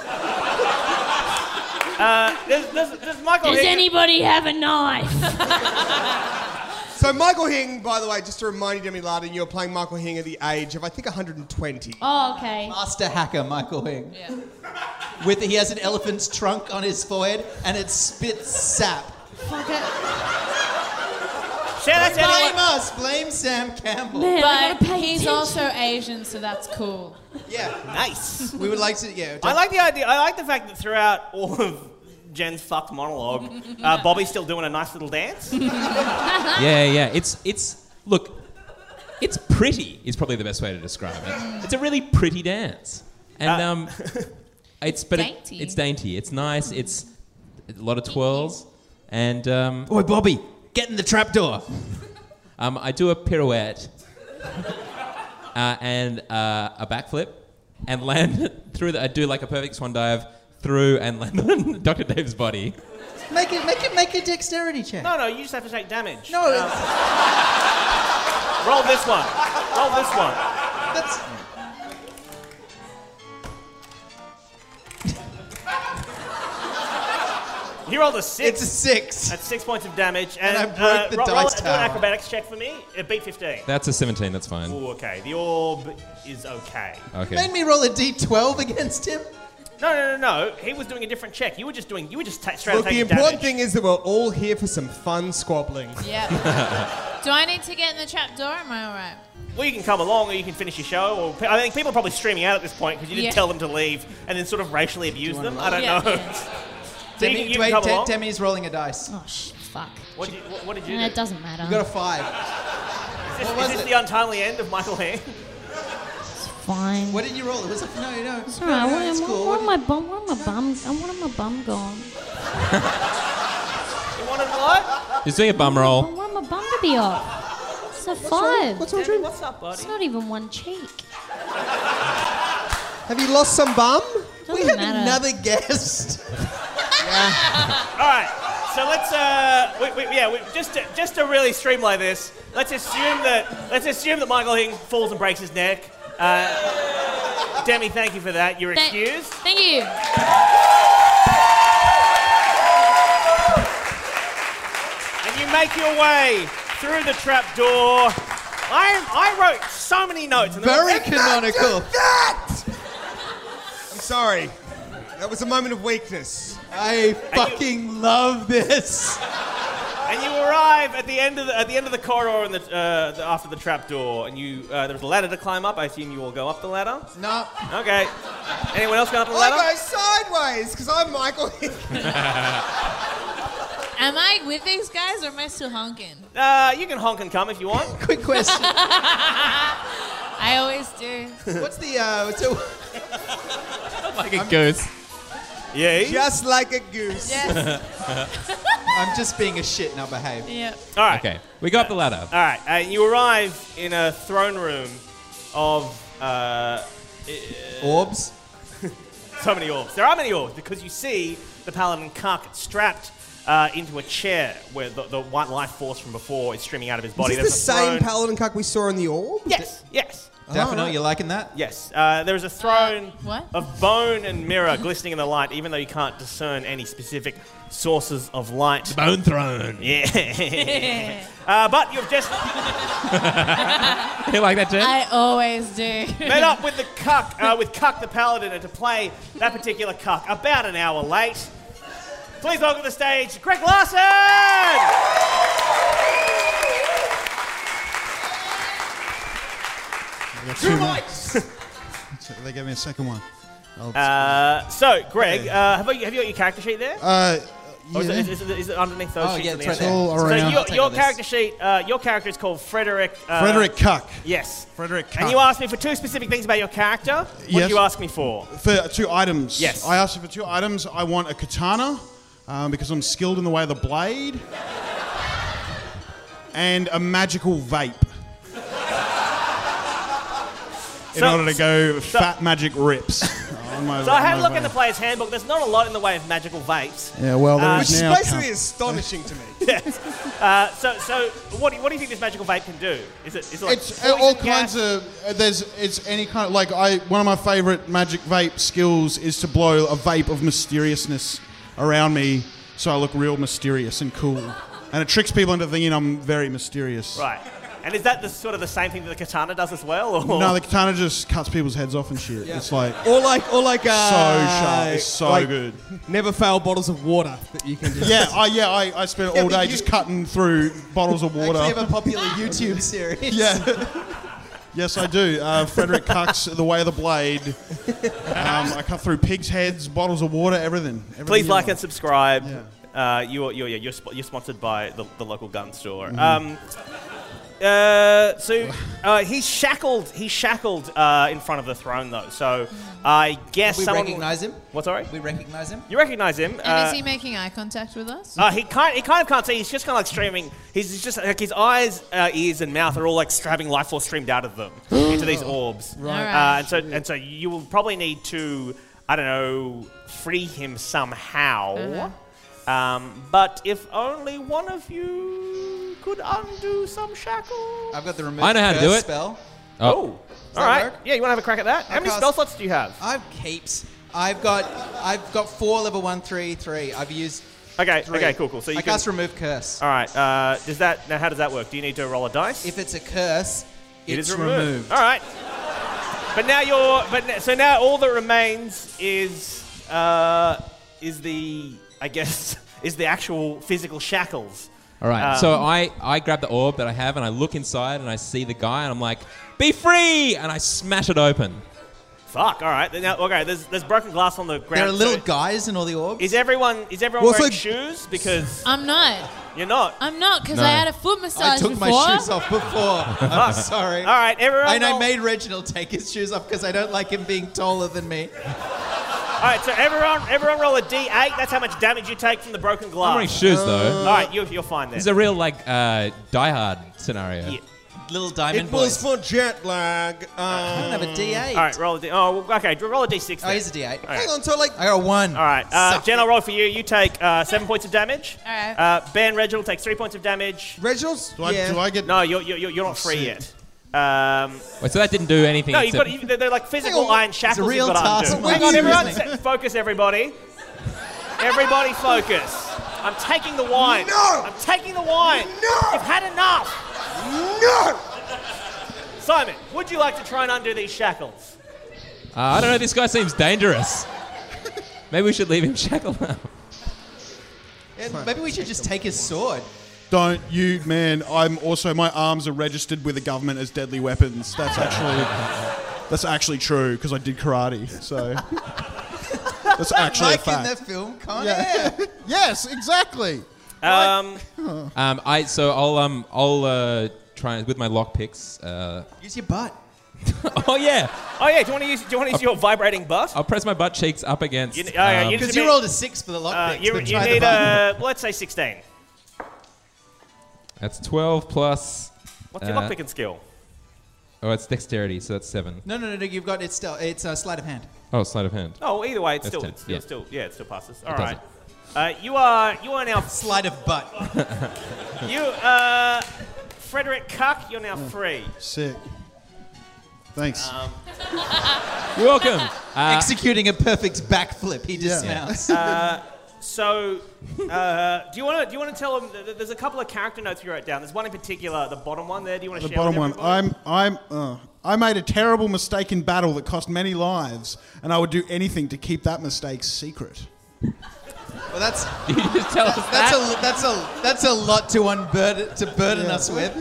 [SPEAKER 1] There's, there's, there's Michael
[SPEAKER 6] Does
[SPEAKER 1] here.
[SPEAKER 6] anybody have a knife?
[SPEAKER 5] So Michael Hing, by the way, just to remind you, Demi Larden, you're playing Michael Hing at the age of I think 120.
[SPEAKER 6] Oh, okay.
[SPEAKER 2] master hacker Michael Hing.
[SPEAKER 3] Yeah.
[SPEAKER 2] With he has an elephant's trunk on his forehead and it spits sap.
[SPEAKER 3] Fuck it.
[SPEAKER 1] Shout out to
[SPEAKER 2] Blame
[SPEAKER 1] anyone.
[SPEAKER 2] us. Blame Sam Campbell.
[SPEAKER 6] Man, I
[SPEAKER 3] But
[SPEAKER 6] gotta pay
[SPEAKER 3] he's
[SPEAKER 6] attention.
[SPEAKER 3] also Asian, so that's cool.
[SPEAKER 2] Yeah,
[SPEAKER 1] Nice.
[SPEAKER 2] we would like to. Yeah,
[SPEAKER 1] I like the idea. I like the fact that throughout all of Jen's fucked monologue, uh, Bobby's still doing a nice little dance.
[SPEAKER 4] Yeah, yeah. It's it's look, it's pretty is probably the best way to describe it. It's a really pretty dance, and
[SPEAKER 1] Uh,
[SPEAKER 4] um, it's but it-
[SPEAKER 3] dainty.
[SPEAKER 4] it's dainty. It's nice. It's a lot of twirls, and um, oh, Bobby, get in the trapdoor. um, I do a pirouette, uh, and uh, a backflip, and land through. The, I do like a perfect swan dive through and land on Dr. Dave's body.
[SPEAKER 2] Make it, make it, make a dexterity check.
[SPEAKER 1] No, no, you just have to take damage. Uh,
[SPEAKER 2] No, it's-
[SPEAKER 1] Roll this one. Roll this one.
[SPEAKER 2] that's.
[SPEAKER 1] He rolled a
[SPEAKER 2] It's
[SPEAKER 1] six.
[SPEAKER 2] a six.
[SPEAKER 1] That's six points of damage. And,
[SPEAKER 2] I broke
[SPEAKER 1] uh,
[SPEAKER 2] the
[SPEAKER 1] ro- roll,
[SPEAKER 2] dice
[SPEAKER 1] a- do an
[SPEAKER 2] tower.
[SPEAKER 1] acrobatics check for me. Uh, beat 15.
[SPEAKER 4] That's a 17. That's fine.
[SPEAKER 1] Ooh, okay. The orb is okay.
[SPEAKER 4] Okay.
[SPEAKER 2] Made me roll a d12 against him.
[SPEAKER 1] No, no, no, no. He was doing a different check. You were just doing. You were just ta- straight
[SPEAKER 5] Look,
[SPEAKER 1] up
[SPEAKER 5] the
[SPEAKER 1] taking
[SPEAKER 5] important
[SPEAKER 1] damage.
[SPEAKER 5] thing is that we're all here for some fun squabbling.
[SPEAKER 3] Yeah. Do I need to get in the trap door? Am I all right?
[SPEAKER 1] Well, you can come along, or you can finish your show. Or pe- I think people are probably streaming out at this point because you didn't
[SPEAKER 3] Yeah.
[SPEAKER 1] tell them to leave, and then sort of racially abuse them. I don't
[SPEAKER 3] Yeah,
[SPEAKER 1] know.
[SPEAKER 3] yeah.
[SPEAKER 1] So you can-
[SPEAKER 2] Demi,
[SPEAKER 1] you
[SPEAKER 2] wait,
[SPEAKER 1] can come
[SPEAKER 2] De-
[SPEAKER 1] along.
[SPEAKER 2] Demi's rolling a dice.
[SPEAKER 6] Oh, sh- fuck.
[SPEAKER 1] What did you, what, what did you
[SPEAKER 6] Eh,
[SPEAKER 1] do?
[SPEAKER 6] It doesn't
[SPEAKER 2] You got a
[SPEAKER 6] matter.
[SPEAKER 2] five.
[SPEAKER 1] Is this,
[SPEAKER 2] what was
[SPEAKER 1] is this
[SPEAKER 2] it?
[SPEAKER 1] the untimely end of Michael Hay?
[SPEAKER 6] Fine.
[SPEAKER 2] What did you roll? It was a, no, no.
[SPEAKER 6] It's
[SPEAKER 2] no,
[SPEAKER 6] all right.
[SPEAKER 2] no,
[SPEAKER 6] Where-
[SPEAKER 2] it's
[SPEAKER 6] where-
[SPEAKER 2] cool.
[SPEAKER 6] where
[SPEAKER 2] What
[SPEAKER 6] am
[SPEAKER 2] did-
[SPEAKER 6] I bum? Where am I bum? I want my bum gone.
[SPEAKER 1] You wanted what?
[SPEAKER 4] He's doing a bum roll.
[SPEAKER 6] Where am I bum to be off? It's a five.
[SPEAKER 5] What's wrong with
[SPEAKER 1] Demi,
[SPEAKER 5] you?
[SPEAKER 1] what's up, buddy?
[SPEAKER 6] It's not even one cheek.
[SPEAKER 5] Have you lost some bum?
[SPEAKER 6] Doesn't
[SPEAKER 2] we had
[SPEAKER 6] matter.
[SPEAKER 2] another guest.
[SPEAKER 1] All right. So let's uh, we, we, yeah, we, just to, just to really streamline this, let's assume that let's assume that Michael Hing falls and breaks his neck. Uh, Demi, thank you for that. You're
[SPEAKER 6] Thank-
[SPEAKER 1] excused.
[SPEAKER 6] Thank you.
[SPEAKER 1] and you make your way through the trap door. I, I wrote so many notes. And they were-
[SPEAKER 2] Very canonical.
[SPEAKER 5] That! I'm sorry. That was a moment of weakness.
[SPEAKER 2] I fucking love this.
[SPEAKER 1] and you arrive at the end of the, at the end of the corridor and the, uh, the, after the trap door, and you uh, there's a ladder to climb up. I assume you all go up the ladder.
[SPEAKER 2] No.
[SPEAKER 1] Okay. Anyone else going up the
[SPEAKER 5] I go
[SPEAKER 1] ladder?
[SPEAKER 5] sideways because I'm Michael.
[SPEAKER 3] Am I with these guys or am I still honking?
[SPEAKER 1] Uh, you can honk and come if you want.
[SPEAKER 2] Quick question.
[SPEAKER 3] I always do.
[SPEAKER 2] What's the uh? So,
[SPEAKER 4] Like a goose.
[SPEAKER 1] Yeah.
[SPEAKER 5] Just like a goose.
[SPEAKER 3] Yes.
[SPEAKER 2] I'm just being a shit and I'll behave.
[SPEAKER 3] yep.
[SPEAKER 1] All right.
[SPEAKER 4] Okay, we got the ladder.
[SPEAKER 1] All right. Uh, you arrive in a throne room of uh,
[SPEAKER 2] Orbs.
[SPEAKER 1] so many orbs. There are many orbs because you see the paladin Kark strapped. Uh, into a chair where the, the white life force from before is streaming out of his body.
[SPEAKER 5] Is this the
[SPEAKER 1] There's a
[SPEAKER 5] same
[SPEAKER 1] throne.
[SPEAKER 5] paladin cuck we saw in the orb?
[SPEAKER 1] Yes, yes,
[SPEAKER 2] Daffodil, you liking that?
[SPEAKER 1] yes. Uh, there is a throne
[SPEAKER 3] what?
[SPEAKER 1] of bone and mirror glistening in the light, even though you can't discern any specific sources of light.
[SPEAKER 4] Bone throne.
[SPEAKER 1] Yeah. uh, but you've just
[SPEAKER 4] You like that, Jen?
[SPEAKER 3] I always do.
[SPEAKER 1] met up with the cuck, uh, with Cuck the Paladin, and to play that particular cuck about an hour late. Please welcome to the stage Greg Larson!
[SPEAKER 7] Two mics. they gave me a second one. I'll-
[SPEAKER 1] Uh, so, Greg, uh, have, you, have you got your character sheet there?
[SPEAKER 7] uh,
[SPEAKER 1] Or is,
[SPEAKER 7] yeah.
[SPEAKER 1] it, is, it- is it underneath those
[SPEAKER 2] Oh,
[SPEAKER 1] sheets?
[SPEAKER 2] yeah,
[SPEAKER 1] on the
[SPEAKER 2] it's right
[SPEAKER 1] end?
[SPEAKER 7] there. It's all around.
[SPEAKER 1] So,
[SPEAKER 2] I'll
[SPEAKER 1] your,
[SPEAKER 2] take
[SPEAKER 1] your
[SPEAKER 2] all this.
[SPEAKER 1] character sheet, uh, your character is called Frederick. Uh,
[SPEAKER 7] Frederick Cuck.
[SPEAKER 1] Yes.
[SPEAKER 7] Frederick
[SPEAKER 1] And
[SPEAKER 7] Cuck.
[SPEAKER 1] you asked me for two specific things about your character. What
[SPEAKER 7] Yes.
[SPEAKER 1] did you ask me for?
[SPEAKER 7] For two items.
[SPEAKER 1] Yes.
[SPEAKER 7] I asked you for two items. I want a katana um, because I'm skilled in the way of the blade, and a magical vape. In
[SPEAKER 1] So-
[SPEAKER 7] order to go fat magic rips.
[SPEAKER 1] So I had a look at the player's handbook. There's not a lot in the way of magical vapes.
[SPEAKER 7] Yeah, well, there is
[SPEAKER 1] Uh,
[SPEAKER 5] Which is
[SPEAKER 7] now.
[SPEAKER 5] basically astonishing to me.
[SPEAKER 1] Uh, so, so what do you, what do you think this magical vape can do? Is it is it like
[SPEAKER 7] it's uh,
[SPEAKER 1] poison
[SPEAKER 7] all
[SPEAKER 1] gas?
[SPEAKER 7] kinds of uh, there's it's any kind of like I one of my favorite magic vape skills is to blow a vape of mysteriousness around me so I look real mysterious and cool and it tricks people into thinking I'm very mysterious.
[SPEAKER 1] right? And is that the sort of the same thing that the katana does as well? Or?
[SPEAKER 7] No, the katana just cuts people's heads off and shit. It's like
[SPEAKER 5] Or like, or like, uh,
[SPEAKER 7] sharp. It's so
[SPEAKER 5] like
[SPEAKER 7] good.
[SPEAKER 5] Never fail bottles of water that you can just.
[SPEAKER 7] yeah, I yeah I, I spent
[SPEAKER 5] Yeah,
[SPEAKER 7] all
[SPEAKER 5] but
[SPEAKER 7] day
[SPEAKER 5] you-
[SPEAKER 7] just cutting through bottles of
[SPEAKER 2] Actually,
[SPEAKER 7] water.
[SPEAKER 2] have a popular YouTube series.
[SPEAKER 7] Yeah. yes, I do. Uh, Frederick Cucks, The Way of the Blade. Um, I cut through pigs' heads, bottles of water, everything. everything
[SPEAKER 1] Please
[SPEAKER 7] you
[SPEAKER 1] like
[SPEAKER 7] want.
[SPEAKER 1] and subscribe. Uh, you you you're, sp- you're sponsored by the, the local gun store.
[SPEAKER 7] Mm-hmm.
[SPEAKER 1] Um, uh, so uh, he's shackled. He's shackled uh, in front of the throne, though. So I guess
[SPEAKER 2] We
[SPEAKER 1] someone
[SPEAKER 2] recognize him.
[SPEAKER 1] What? Sorry,
[SPEAKER 2] We recognize him.
[SPEAKER 1] you recognize him?
[SPEAKER 3] and
[SPEAKER 1] uh,
[SPEAKER 3] is he making eye contact with us?
[SPEAKER 1] Uh, he kind he kind of can't see. He's just kind of like streaming. He's just like his eyes, uh, ears, and mouth are all like having life force streamed out of them into these orbs.
[SPEAKER 3] Right.
[SPEAKER 1] Uh, and so and so you will probably need to I don't know free him somehow. Um, but if only one of you could undo some shackles.
[SPEAKER 2] I've got the remove
[SPEAKER 4] I know how to do
[SPEAKER 2] curse
[SPEAKER 4] it.
[SPEAKER 2] spell.
[SPEAKER 4] Oh,
[SPEAKER 1] all
[SPEAKER 2] that
[SPEAKER 1] right.
[SPEAKER 2] work?
[SPEAKER 1] Yeah, you want to have a crack at that? How many
[SPEAKER 2] cast-
[SPEAKER 1] spell slots do you have?
[SPEAKER 2] I've keeps. I've got. I've got four level one, three, three. I've used.
[SPEAKER 1] Okay.
[SPEAKER 2] Three.
[SPEAKER 1] Okay. Cool. Cool. So you
[SPEAKER 2] I
[SPEAKER 1] can.
[SPEAKER 2] cast remove curse.
[SPEAKER 1] all right. Uh, does that now? How does that work? Do you need to roll a dice?
[SPEAKER 2] If it's a curse,
[SPEAKER 1] It
[SPEAKER 2] it's
[SPEAKER 1] is
[SPEAKER 2] removed.
[SPEAKER 1] All right. But now you're. But n- so now all that remains is uh, is the I guess is the actual physical shackles
[SPEAKER 4] All right. so I, I grab the orb that I have and I look inside and I see the guy and I'm like, be free! And I smash it open.
[SPEAKER 1] Fuck. All right. Now, okay. There's there's broken glass on the ground.
[SPEAKER 2] There are little
[SPEAKER 1] So
[SPEAKER 2] guys in all the orbs.
[SPEAKER 1] is everyone is everyone
[SPEAKER 5] Well, it's
[SPEAKER 1] wearing
[SPEAKER 5] like-
[SPEAKER 1] shoes? Because
[SPEAKER 3] I'm not.
[SPEAKER 1] you're not.
[SPEAKER 3] I'm not because
[SPEAKER 4] No.
[SPEAKER 3] I had a foot massage
[SPEAKER 2] I took
[SPEAKER 3] before.
[SPEAKER 2] my shoes off before. I'm sorry.
[SPEAKER 1] All right. Everyone.
[SPEAKER 2] And I
[SPEAKER 1] roll-
[SPEAKER 2] made Reginald take his shoes off because I don't like him being taller than me.
[SPEAKER 1] All right. So everyone everyone roll a d8. That's how much damage you take from the broken
[SPEAKER 4] I'm
[SPEAKER 1] glass.
[SPEAKER 4] wearing shoes though.
[SPEAKER 1] All right. You, you're fine then.
[SPEAKER 4] It's a real like uh, diehard scenario.
[SPEAKER 1] Yeah.
[SPEAKER 2] Little
[SPEAKER 5] It
[SPEAKER 2] diamond boy.
[SPEAKER 5] was for jet lag.
[SPEAKER 2] I
[SPEAKER 5] Uh,
[SPEAKER 2] don't have a D8.
[SPEAKER 1] All right. Roll a d. Oh. well, Okay. Roll a d6.
[SPEAKER 2] Oh,
[SPEAKER 1] then.
[SPEAKER 2] he's a D8.
[SPEAKER 1] right.
[SPEAKER 2] Hang on, so like I got a one.
[SPEAKER 1] All right, uh,
[SPEAKER 2] Suck
[SPEAKER 1] Jen,
[SPEAKER 2] it.
[SPEAKER 1] I'll roll for you. You take uh, seven points of damage.
[SPEAKER 3] All right.
[SPEAKER 1] Uh, ben Reginald takes three points of damage.
[SPEAKER 5] Reginald's.
[SPEAKER 7] Do I,
[SPEAKER 5] yeah.
[SPEAKER 7] do I get
[SPEAKER 1] No, you're, you're, you're not free yet. Um,
[SPEAKER 4] Wait, so that didn't do anything.
[SPEAKER 1] no, you've
[SPEAKER 4] except-
[SPEAKER 1] got you- they're, they're like physical
[SPEAKER 2] Hang on,
[SPEAKER 1] iron
[SPEAKER 2] it's a
[SPEAKER 1] shackles.
[SPEAKER 2] real
[SPEAKER 1] you've got to
[SPEAKER 2] task.
[SPEAKER 1] undo.
[SPEAKER 2] Wait,
[SPEAKER 1] Hang on,
[SPEAKER 2] wait,
[SPEAKER 1] everyone,
[SPEAKER 2] wait.
[SPEAKER 1] se- focus, everybody. Everybody, focus. I'm taking the wine.
[SPEAKER 5] No!
[SPEAKER 1] I'm taking the wine.
[SPEAKER 5] No!
[SPEAKER 1] You've had enough.
[SPEAKER 5] No!
[SPEAKER 1] Simon, would you like to try and undo these shackles?
[SPEAKER 4] Uh, I don't know. This guy seems dangerous. Maybe we should leave him shackled up.
[SPEAKER 2] Yeah, maybe we should just take his sword.
[SPEAKER 7] Don't you, man? I'm also my arms are registered with the government as deadly weapons. That's actually that's actually true because I did karate. So that's actually a
[SPEAKER 2] Like in the
[SPEAKER 7] fact.
[SPEAKER 2] film, Con
[SPEAKER 7] Yeah. yes, exactly.
[SPEAKER 1] Um,
[SPEAKER 4] Um, I so I'll um I'll uh, try and- with my lock picks. Uh,
[SPEAKER 2] Use your butt.
[SPEAKER 4] oh yeah,
[SPEAKER 1] oh yeah, do you want to use do you want to use your vibrating butt?
[SPEAKER 4] I'll press my butt cheeks up against.
[SPEAKER 1] You- oh, yeah,
[SPEAKER 4] um,
[SPEAKER 1] you-
[SPEAKER 2] Because
[SPEAKER 1] a
[SPEAKER 2] Uh, you
[SPEAKER 1] bit-
[SPEAKER 2] rolled a six for the
[SPEAKER 1] Uh,
[SPEAKER 2] lockpick.
[SPEAKER 1] you,
[SPEAKER 2] but
[SPEAKER 1] you
[SPEAKER 2] try the
[SPEAKER 1] need uh,
[SPEAKER 2] button.
[SPEAKER 1] a let's say 16.
[SPEAKER 4] um, that's twelve plus.
[SPEAKER 1] What's your
[SPEAKER 4] Uh,
[SPEAKER 1] lockpicking skill?
[SPEAKER 4] Oh, it's dexterity, so that's seven.
[SPEAKER 2] No, no, no, no. You've got it's still it's a sleight of hand.
[SPEAKER 4] Oh, sleight of hand.
[SPEAKER 1] Oh, either way, it's
[SPEAKER 4] That's
[SPEAKER 1] still,
[SPEAKER 4] ten,
[SPEAKER 1] it's still,
[SPEAKER 4] yeah.
[SPEAKER 1] still, yeah, it still passes. All
[SPEAKER 4] It
[SPEAKER 1] right. Uh, you are, you are now,
[SPEAKER 2] Sleight of butt.
[SPEAKER 1] you, uh, Frederick Cuck, you're now free.
[SPEAKER 7] Sick. Thanks.
[SPEAKER 4] You're welcome. Uh,
[SPEAKER 2] Executing a perfect backflip. He dismounts.
[SPEAKER 1] Uh, So, uh, do you want to, do you want to tell them? th- th- There's a couple of character notes you wrote down. There's one in particular, the bottom one there. Do you want to
[SPEAKER 7] the
[SPEAKER 1] share? with
[SPEAKER 7] bottom one.
[SPEAKER 1] everybody?
[SPEAKER 7] I'm I'm uh, I made a terrible mistake in battle that cost many lives, and I would do anything to keep that mistake secret.
[SPEAKER 2] well, that's
[SPEAKER 4] you just tell us
[SPEAKER 2] that's
[SPEAKER 4] that.
[SPEAKER 2] a that's a that's a lot to unburden to burden us with.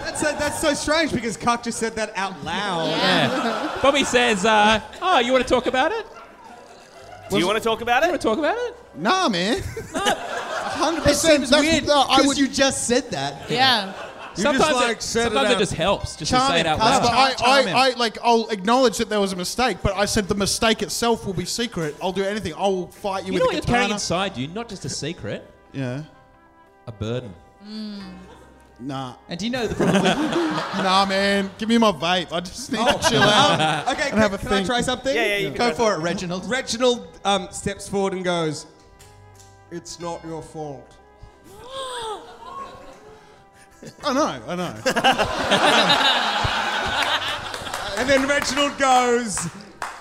[SPEAKER 8] That's, that's so strange because Cuck just said that out loud.
[SPEAKER 4] Yeah. Bobby says, uh, "Oh, you want to talk about it?
[SPEAKER 1] do you want to talk about
[SPEAKER 4] You want
[SPEAKER 1] it?
[SPEAKER 4] to talk about it?
[SPEAKER 7] Nah, man. Hundred
[SPEAKER 2] It
[SPEAKER 7] percent.
[SPEAKER 2] seems weird because you just said that.
[SPEAKER 3] Yeah.
[SPEAKER 4] sometimes
[SPEAKER 5] like,
[SPEAKER 4] it,
[SPEAKER 5] said it
[SPEAKER 4] sometimes it,
[SPEAKER 5] out.
[SPEAKER 4] just helps, just to
[SPEAKER 2] Charming.
[SPEAKER 4] say it out
[SPEAKER 2] That's
[SPEAKER 4] loud.
[SPEAKER 7] But I,
[SPEAKER 2] Charm him.
[SPEAKER 7] I, I, like, I'll acknowledge that there was a mistake, but I said the mistake itself will be secret. I'll do anything. I will fight
[SPEAKER 4] You
[SPEAKER 7] you, with
[SPEAKER 4] know
[SPEAKER 7] a
[SPEAKER 4] what you're carrying
[SPEAKER 7] katana.
[SPEAKER 4] inside you? Not just a secret,
[SPEAKER 7] yeah.
[SPEAKER 4] a burden.
[SPEAKER 7] Nah.
[SPEAKER 2] And do you know the problem with
[SPEAKER 7] Nah, man. Give me my vape. I just need to chill
[SPEAKER 5] Uh,
[SPEAKER 7] out.
[SPEAKER 8] Okay,
[SPEAKER 7] have a
[SPEAKER 8] can, can I
[SPEAKER 7] think.
[SPEAKER 8] try something?
[SPEAKER 1] Yeah, yeah, you can
[SPEAKER 2] Go for it, Reginald.
[SPEAKER 8] Reginald um, steps forward and goes,
[SPEAKER 5] It's not your fault.
[SPEAKER 7] I know. I know.
[SPEAKER 8] and then Reginald goes,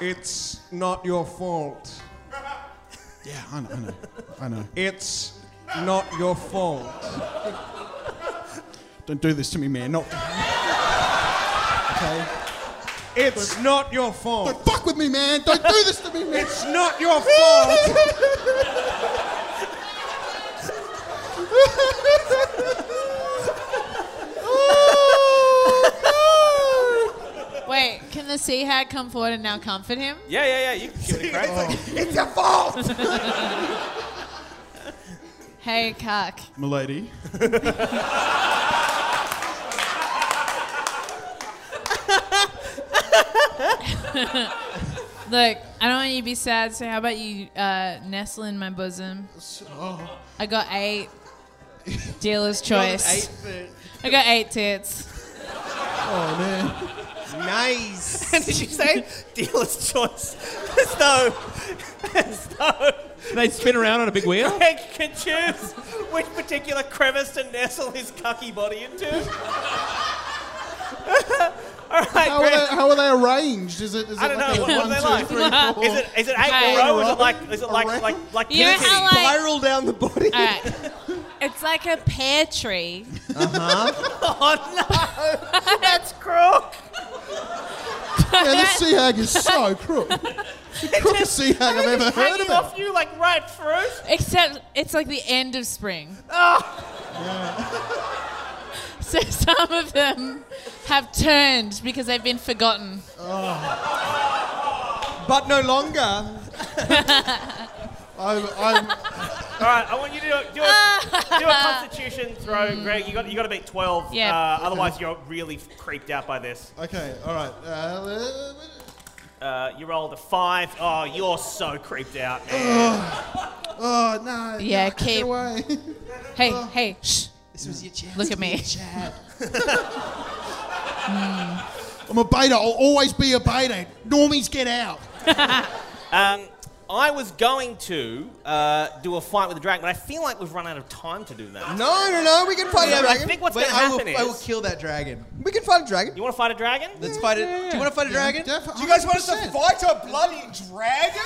[SPEAKER 5] It's not your fault.
[SPEAKER 7] Yeah, I know. I know. I know.
[SPEAKER 5] It's not your fault.
[SPEAKER 7] Don't do this to me, man. Not
[SPEAKER 5] It's not your fault.
[SPEAKER 7] fuck with me, man. Don't do this to me, man.
[SPEAKER 5] It's not your fault.
[SPEAKER 3] Wait, can the sea hag come forward and now comfort him?
[SPEAKER 1] Yeah, yeah, yeah. You can give it a crack.
[SPEAKER 5] it's your fault.
[SPEAKER 3] Hey, cuck.
[SPEAKER 7] Milady.
[SPEAKER 3] Look, I don't want you to be sad, so how about you uh, nestle in my bosom? I got eight. Dealer's choice. I got eight tits.
[SPEAKER 7] Oh, man.
[SPEAKER 8] nice.
[SPEAKER 1] Did you say dealer's choice? There's no, there's no.
[SPEAKER 4] They spin around on a big wheel.
[SPEAKER 1] Hank can choose which particular crevice to nestle his cucky body into. All right,
[SPEAKER 7] How are,
[SPEAKER 1] Grant.
[SPEAKER 7] they, how are they arranged? Is it, is it
[SPEAKER 1] I don't
[SPEAKER 7] like
[SPEAKER 1] know.
[SPEAKER 7] a
[SPEAKER 1] What are
[SPEAKER 7] one,
[SPEAKER 1] they
[SPEAKER 7] two,
[SPEAKER 1] like?
[SPEAKER 7] three, four?
[SPEAKER 1] Is it is it eight
[SPEAKER 3] Okay.
[SPEAKER 1] in a row? Is it like is it like
[SPEAKER 7] Around?
[SPEAKER 1] like like
[SPEAKER 3] You know
[SPEAKER 1] pinocchio?
[SPEAKER 3] how like
[SPEAKER 8] Spiral down the body.
[SPEAKER 5] Uh,
[SPEAKER 3] All right. Uh, It's like a pear tree.
[SPEAKER 1] That's crook.
[SPEAKER 7] Yeah, this sea hag is so crook. The crookest sea hag I've ever
[SPEAKER 1] It's
[SPEAKER 7] heard
[SPEAKER 1] hanging
[SPEAKER 7] of.
[SPEAKER 1] off you like ripe fruit.
[SPEAKER 3] Except it's like the end of spring. So some of them have turned because they've been forgotten.
[SPEAKER 8] But no longer.
[SPEAKER 7] I'm, I'm,
[SPEAKER 1] All right, I want you to do a, do a, do a constitution throw, Greg. You got you got to beat twelve.
[SPEAKER 3] Mm. Yeah.
[SPEAKER 1] Uh, otherwise, you're really creeped out by this.
[SPEAKER 7] okay, all right. Uh,
[SPEAKER 1] Uh, you rolled a five. Oh, you're so creeped out, man.
[SPEAKER 7] oh, no.
[SPEAKER 3] Yeah,
[SPEAKER 7] no,
[SPEAKER 3] keep-
[SPEAKER 7] Get away.
[SPEAKER 3] Hey, hey, shh.
[SPEAKER 2] This was your chance.
[SPEAKER 3] Look at me.
[SPEAKER 7] I'm a beta. I'll always be a beta. Normies, get out.
[SPEAKER 1] Um, I was going to uh, do a fight with the dragon, but I feel like we've run out of time to do that.
[SPEAKER 8] No, no, no. We can fight a
[SPEAKER 1] I
[SPEAKER 8] dragon.
[SPEAKER 1] think what's
[SPEAKER 2] Wait,
[SPEAKER 1] going to
[SPEAKER 2] I
[SPEAKER 1] happen
[SPEAKER 2] will, I will
[SPEAKER 1] is
[SPEAKER 2] kill that dragon.
[SPEAKER 8] we can fight a dragon.
[SPEAKER 1] you want to fight a dragon.
[SPEAKER 2] Let's fight it. Do you want to fight a dragon?
[SPEAKER 7] Defi-
[SPEAKER 8] Do you guys want us to
[SPEAKER 7] 100%.
[SPEAKER 8] fight a bloody dragon?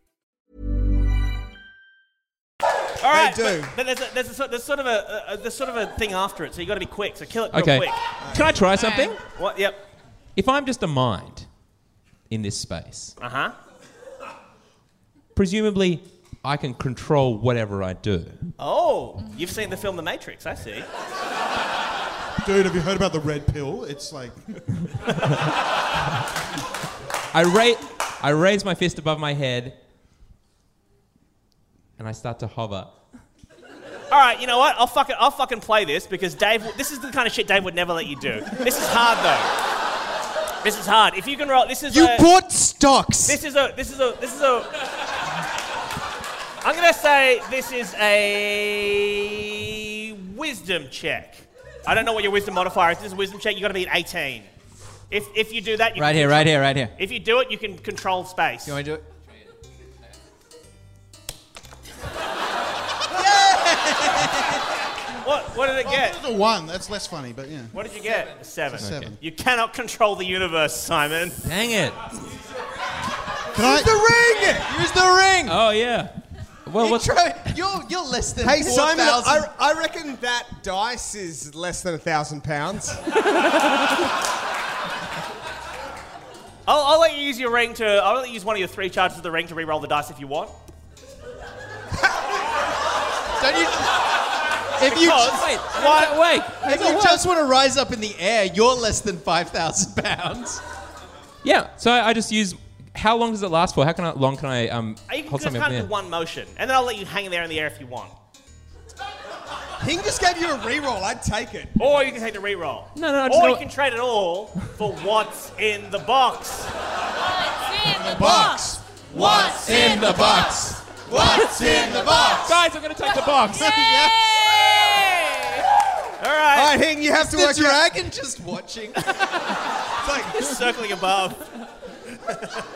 [SPEAKER 1] All right,
[SPEAKER 8] do.
[SPEAKER 1] But, but there's, a, there's, a, sort- there's sort of a, a there's sort of a thing after it, so you got to be quick. So kill it real
[SPEAKER 4] Okay.
[SPEAKER 1] quick.
[SPEAKER 4] Can I try something?
[SPEAKER 1] What? Yep.
[SPEAKER 4] If I'm just a mind in this space,
[SPEAKER 1] Uh huh.
[SPEAKER 4] presumably I can control whatever I do.
[SPEAKER 1] Oh, you've seen the film The Matrix. I see.
[SPEAKER 7] Dude, have you heard about the red pill? It's like,
[SPEAKER 4] I, ra- I raise my fist above my head and I start to hover.
[SPEAKER 1] All right, you know what? I'll fucking I'll fucking play this because Dave. This is the kind of shit Dave would never let you do. This is hard though. This is hard. If you can roll, this is
[SPEAKER 8] You
[SPEAKER 1] a,
[SPEAKER 8] bought stocks.
[SPEAKER 1] Uh, This is a. This is a. This is a. I'm gonna say this is a wisdom check. I don't know what your wisdom modifier is. This is a wisdom check. You got to be at 18. If if you do that, you
[SPEAKER 2] Right
[SPEAKER 1] can,
[SPEAKER 2] here, right here, right here.
[SPEAKER 1] If you do it, you can control space.
[SPEAKER 2] You want to do it?
[SPEAKER 1] What what did it
[SPEAKER 7] yeah.
[SPEAKER 1] get?
[SPEAKER 7] the one. That's less funny, but yeah.
[SPEAKER 1] What did you get? A seven.
[SPEAKER 7] Seven.
[SPEAKER 1] You cannot control the universe, Simon.
[SPEAKER 4] Dang it.
[SPEAKER 7] Can I?
[SPEAKER 8] Use the ring.
[SPEAKER 4] Oh, yeah. Well, what's.
[SPEAKER 2] You're, you're less than
[SPEAKER 8] Hey
[SPEAKER 2] 4,000.
[SPEAKER 8] Simon, I, I reckon that dice is less than a thousand pounds.
[SPEAKER 1] I'll, I'll let you use your ring to. I'll let you use one of your three charges of the ring to re-roll the dice if you want.
[SPEAKER 2] Don't you, if you,
[SPEAKER 1] Because-
[SPEAKER 4] Wait,
[SPEAKER 1] What?
[SPEAKER 4] wait.
[SPEAKER 2] if you just want to rise up in the air, you're less than 5,000 pounds.
[SPEAKER 4] Yeah, so I I just use. How long does it last for? How can I, long can I um,
[SPEAKER 1] Uh, You can
[SPEAKER 4] hold
[SPEAKER 1] just
[SPEAKER 4] something
[SPEAKER 1] kind
[SPEAKER 4] up
[SPEAKER 1] of
[SPEAKER 4] in the
[SPEAKER 1] do
[SPEAKER 4] air?
[SPEAKER 1] one motion, and then I'll let you hang there in the air if you want.
[SPEAKER 8] He just gave you a reroll. I'd take it.
[SPEAKER 1] Or you can take the re-roll.
[SPEAKER 4] No, no, I just
[SPEAKER 1] Or
[SPEAKER 4] know-
[SPEAKER 1] you can trade it all for what's in the box.
[SPEAKER 6] in the
[SPEAKER 7] Box.
[SPEAKER 6] What's
[SPEAKER 2] in the box?
[SPEAKER 8] What's in the box?
[SPEAKER 4] Guys, I'm going to take the box.
[SPEAKER 1] All right.
[SPEAKER 8] All right, Hing, you have to
[SPEAKER 2] The
[SPEAKER 8] work out.
[SPEAKER 2] dragon just watching.
[SPEAKER 1] It's like circling above.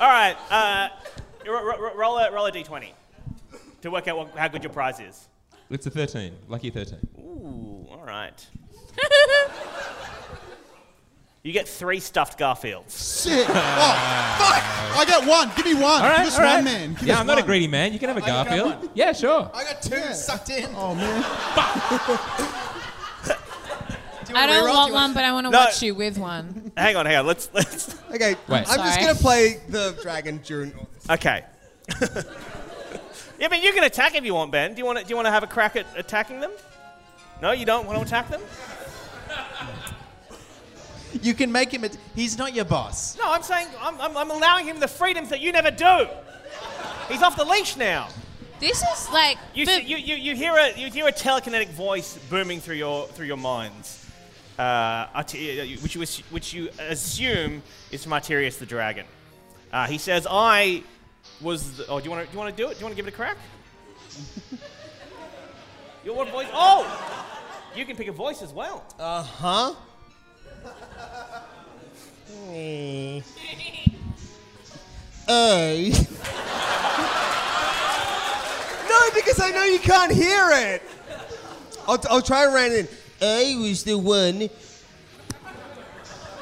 [SPEAKER 1] all right. Uh, ro- ro- ro- roll a roll a d20 to work out what, how good your prize is.
[SPEAKER 4] It's a 13. Lucky 13.
[SPEAKER 1] Ooh. All right. You get three stuffed Garfields.
[SPEAKER 7] Shit. Oh, fuck. I got one. Give me one.
[SPEAKER 4] All right,
[SPEAKER 7] Give us
[SPEAKER 4] all right.
[SPEAKER 7] one, man. Give
[SPEAKER 4] yeah,
[SPEAKER 7] us
[SPEAKER 4] I'm not a
[SPEAKER 7] one.
[SPEAKER 4] greedy man. You can have a
[SPEAKER 2] can have
[SPEAKER 4] Garfield. Yeah, sure.
[SPEAKER 2] I got two sucked in.
[SPEAKER 7] Oh, man.
[SPEAKER 3] I don't want one, but I want to
[SPEAKER 1] No.
[SPEAKER 3] watch you with one.
[SPEAKER 1] Hang on, hang on. Let's let's.
[SPEAKER 8] Okay,
[SPEAKER 4] Wait.
[SPEAKER 8] I'm just
[SPEAKER 3] Sorry.
[SPEAKER 8] gonna play the dragon during.
[SPEAKER 1] Okay. yeah, but you can attack if you want, Ben. Do you want to? Do you want to have a crack at attacking them? No, you don't want to attack them.
[SPEAKER 2] You can make him. A, he's not your boss.
[SPEAKER 1] No, I'm saying I'm, I'm, I'm allowing him the freedoms that you never do. He's off the leash now.
[SPEAKER 3] This is like
[SPEAKER 1] You,
[SPEAKER 3] the-
[SPEAKER 1] see, you, you, you hear a you hear a telekinetic voice booming through your through your minds, uh, Arte- which you ass- which you assume is from Arterius the dragon. Uh, he says, "I was." The, oh, do you want to do you want to do it? Do you want to give it a crack? your what voice? Oh, you can pick a voice as well.
[SPEAKER 8] Uh huh.
[SPEAKER 5] A. no, because I know you can't hear it. I'll, I'll try around in. I was the one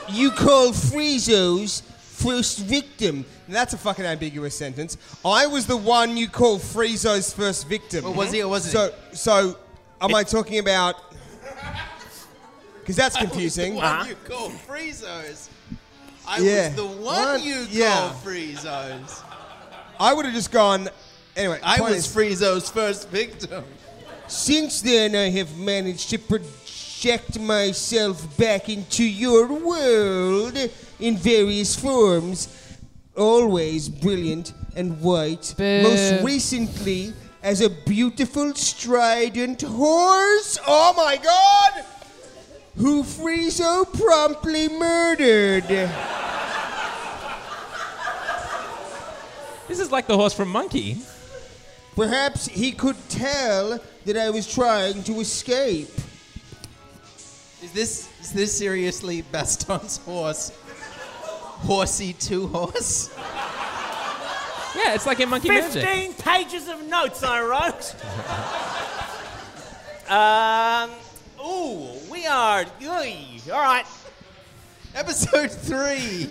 [SPEAKER 5] you called Friezo's first victim.
[SPEAKER 9] That's a fucking ambiguous sentence. I was the one you called Friezo's first victim.
[SPEAKER 5] Well, was he or wasn't
[SPEAKER 9] so, he? So, am I talking about. Because that's confusing.
[SPEAKER 2] you call free zones. I
[SPEAKER 9] was Yeah.
[SPEAKER 2] was
[SPEAKER 9] the
[SPEAKER 2] the
[SPEAKER 9] one
[SPEAKER 2] one,
[SPEAKER 9] One- you
[SPEAKER 2] you
[SPEAKER 9] call yeah.
[SPEAKER 2] call free zones.
[SPEAKER 9] I would have just gone. Anyway,
[SPEAKER 2] I
[SPEAKER 9] point
[SPEAKER 2] was
[SPEAKER 9] is-
[SPEAKER 2] Friezo's first victim.
[SPEAKER 5] Since then, I have managed to project myself back into your world in various forms, always brilliant and white. Most recently, as a beautiful, strident horse. Oh my god! Who Friezo promptly murdered.
[SPEAKER 4] This is like the horse from Monkey.
[SPEAKER 5] Perhaps he could tell that I was trying to escape.
[SPEAKER 2] Is this is this seriously Baston's horse? Horsey two horse?
[SPEAKER 4] Yeah, it's like in Monkey
[SPEAKER 1] 15
[SPEAKER 4] Magic.
[SPEAKER 1] pages of notes I wrote. um, ooh, we are. Ooh, all right.
[SPEAKER 2] Episode three.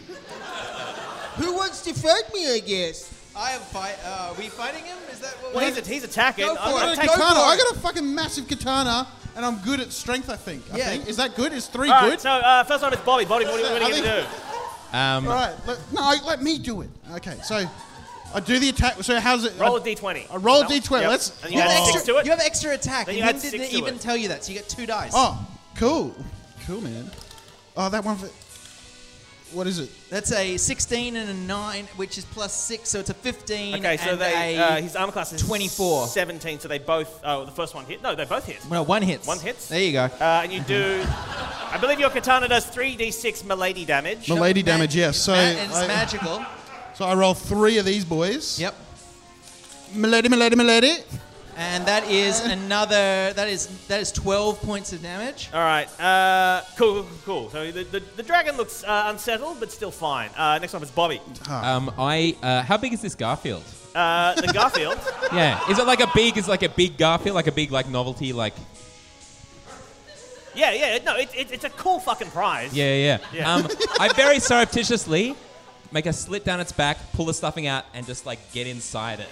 [SPEAKER 5] Who wants to fight me, I guess?
[SPEAKER 2] I am fight. Uh, are we fighting him? Is that what?
[SPEAKER 1] Well, he's, he's attacking.
[SPEAKER 5] Go for
[SPEAKER 1] I'm gonna
[SPEAKER 5] it.
[SPEAKER 1] take-
[SPEAKER 5] Go
[SPEAKER 7] Katana.
[SPEAKER 5] for
[SPEAKER 7] I
[SPEAKER 5] it.
[SPEAKER 7] got a fucking massive katana, and I'm good at strength. I think. I
[SPEAKER 2] Yeah.
[SPEAKER 7] think. Is that good? Is three
[SPEAKER 1] All right,
[SPEAKER 7] good?
[SPEAKER 1] so uh, first time it's Bobby. Bobby, what are you going
[SPEAKER 7] I
[SPEAKER 1] to
[SPEAKER 7] think-
[SPEAKER 1] do?
[SPEAKER 4] Um,
[SPEAKER 7] All right. Let, no, let me do it. Okay. So I do the attack. So how's it?
[SPEAKER 1] Roll
[SPEAKER 7] I,
[SPEAKER 1] a d20.
[SPEAKER 7] I roll a
[SPEAKER 1] No?
[SPEAKER 7] d12.
[SPEAKER 1] Yep.
[SPEAKER 7] Let's.
[SPEAKER 1] And you
[SPEAKER 2] You have,
[SPEAKER 1] add
[SPEAKER 2] extra,
[SPEAKER 1] six to it.
[SPEAKER 2] you have extra attack.
[SPEAKER 1] Then
[SPEAKER 2] He
[SPEAKER 1] you add
[SPEAKER 2] didn't
[SPEAKER 1] six to
[SPEAKER 2] even
[SPEAKER 1] it.
[SPEAKER 2] tell you that, so you get two dice.
[SPEAKER 7] Oh, cool. Cool, man. Oh, that one for. What is it?
[SPEAKER 2] That's a 16 and a 9, which is plus 6, so it's a 15
[SPEAKER 1] Okay, so
[SPEAKER 2] and
[SPEAKER 1] they
[SPEAKER 2] a...
[SPEAKER 1] uh, his armor class is
[SPEAKER 2] 24.
[SPEAKER 1] 17, so they both. Oh, the first one hit. No, they both hit.
[SPEAKER 2] well, one hits.
[SPEAKER 1] One hits.
[SPEAKER 2] There you go.
[SPEAKER 1] Uh, and you do. I believe your katana does 3d6 malady damage.
[SPEAKER 7] Milady
[SPEAKER 2] Ma-
[SPEAKER 7] damage, yes. So,
[SPEAKER 2] ma- and it's
[SPEAKER 7] I-
[SPEAKER 2] magical.
[SPEAKER 7] so I roll three of these boys.
[SPEAKER 2] Yep.
[SPEAKER 7] Milady, milady, milady.
[SPEAKER 2] And that is another... That is that is 12 points of damage.
[SPEAKER 1] All right. Uh, cool, cool, cool. cool. So the, the, the dragon looks uh, unsettled, but still fine. Uh, next one is Bobby.
[SPEAKER 4] um, I. Uh, how big is this Garfield?
[SPEAKER 1] Uh, the Garfield.
[SPEAKER 4] Yeah. Is it like a big? Is it like a big Garfield? Like a big like novelty? Like
[SPEAKER 1] yeah, yeah. No, it, it, it's a cool fucking prize.
[SPEAKER 4] yeah, yeah.
[SPEAKER 1] Yeah.
[SPEAKER 4] Um, I very surreptitiously make a slit down its back, pull the stuffing out, and just like get inside it,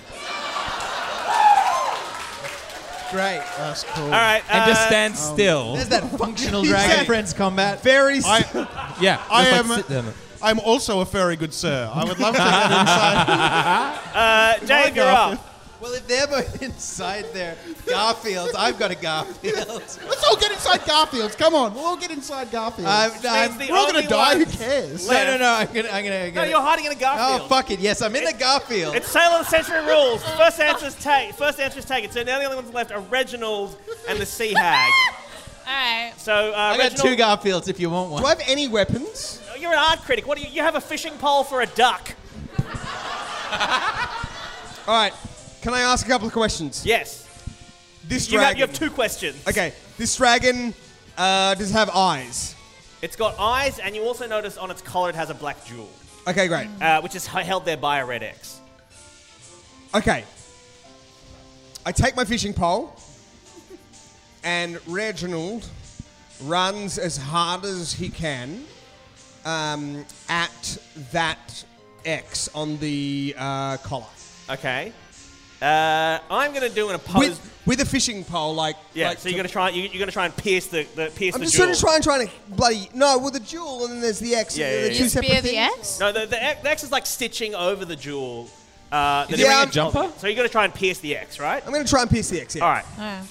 [SPEAKER 2] Great.
[SPEAKER 7] That's cool.
[SPEAKER 1] All right.
[SPEAKER 4] and just
[SPEAKER 1] uh,
[SPEAKER 4] stand still.
[SPEAKER 2] There's that functional dragon friends combat.
[SPEAKER 5] Very.
[SPEAKER 7] I,
[SPEAKER 4] Yeah. Just,
[SPEAKER 7] I
[SPEAKER 4] like,
[SPEAKER 7] am-
[SPEAKER 4] sit down.
[SPEAKER 7] I'm also a very good sir. I would love to get inside.
[SPEAKER 1] Uh, Dave, you're up.
[SPEAKER 2] Well, if they're both inside their Garfields, I've got a Garfield.
[SPEAKER 7] Let's all get inside Garfield's. Come on, we'll all get inside Garfield.
[SPEAKER 2] I'm,
[SPEAKER 1] Steve's
[SPEAKER 2] I'm,
[SPEAKER 1] the
[SPEAKER 7] We're all gonna
[SPEAKER 1] only
[SPEAKER 7] die.
[SPEAKER 1] one-
[SPEAKER 7] Who cares?
[SPEAKER 2] no, no, no. I'm gonna, I'm gonna. I'm
[SPEAKER 1] No,
[SPEAKER 2] gonna
[SPEAKER 1] you're hiding in a Garfield.
[SPEAKER 2] oh, fuck it. Yes, I'm in the Garfield.
[SPEAKER 1] It's Sailor of the Century rules. First answer's take. First answer's taken. So now the only ones left are Reginald and the Sea Hag.
[SPEAKER 3] right.
[SPEAKER 1] So uh,
[SPEAKER 2] I got two
[SPEAKER 1] Reginald,
[SPEAKER 2] Garfields if you want one.
[SPEAKER 5] Do I have any weapons?
[SPEAKER 1] you're an art critic. What do you? You have a fishing pole for a duck.
[SPEAKER 5] All right. Can I ask a couple of questions?
[SPEAKER 1] Yes.
[SPEAKER 5] This
[SPEAKER 1] You have,
[SPEAKER 5] dragon.
[SPEAKER 1] you have two questions.
[SPEAKER 5] okay. This dragon uh, does have eyes.
[SPEAKER 1] It's got eyes, and you also notice on its collar it has a black jewel,
[SPEAKER 5] Okay, great.
[SPEAKER 1] uh, which is h- held there by a red X.
[SPEAKER 5] Okay. I take my fishing pole, and Reginald runs as hard as he can um, at that X on the uh, collar
[SPEAKER 1] Okay. Uh, I'm gonna do an opposed.
[SPEAKER 5] with with a fishing pole, like
[SPEAKER 1] yeah.
[SPEAKER 5] like
[SPEAKER 1] so you're gonna try. You, you're gonna try and pierce the, the pierce
[SPEAKER 5] I'm
[SPEAKER 1] the
[SPEAKER 5] just
[SPEAKER 1] jewel.
[SPEAKER 5] sort of trying, trying to bloody no. Well, the jewel, and then there's the X.
[SPEAKER 1] Yeah,
[SPEAKER 5] and
[SPEAKER 1] yeah,
[SPEAKER 5] they're
[SPEAKER 1] yeah.
[SPEAKER 5] two
[SPEAKER 3] You
[SPEAKER 5] separate
[SPEAKER 3] spear the
[SPEAKER 5] things.
[SPEAKER 3] X?
[SPEAKER 1] no, the, the X- the X is like stitching over the jewel. Uh,
[SPEAKER 4] Is
[SPEAKER 1] that
[SPEAKER 4] he
[SPEAKER 5] Yeah,
[SPEAKER 4] wearing
[SPEAKER 5] I'm-
[SPEAKER 4] a jumper?
[SPEAKER 1] So you're gonna try and pierce the X, right?
[SPEAKER 5] I'm gonna try and pierce the X. Yeah.
[SPEAKER 1] All right.
[SPEAKER 3] Oh.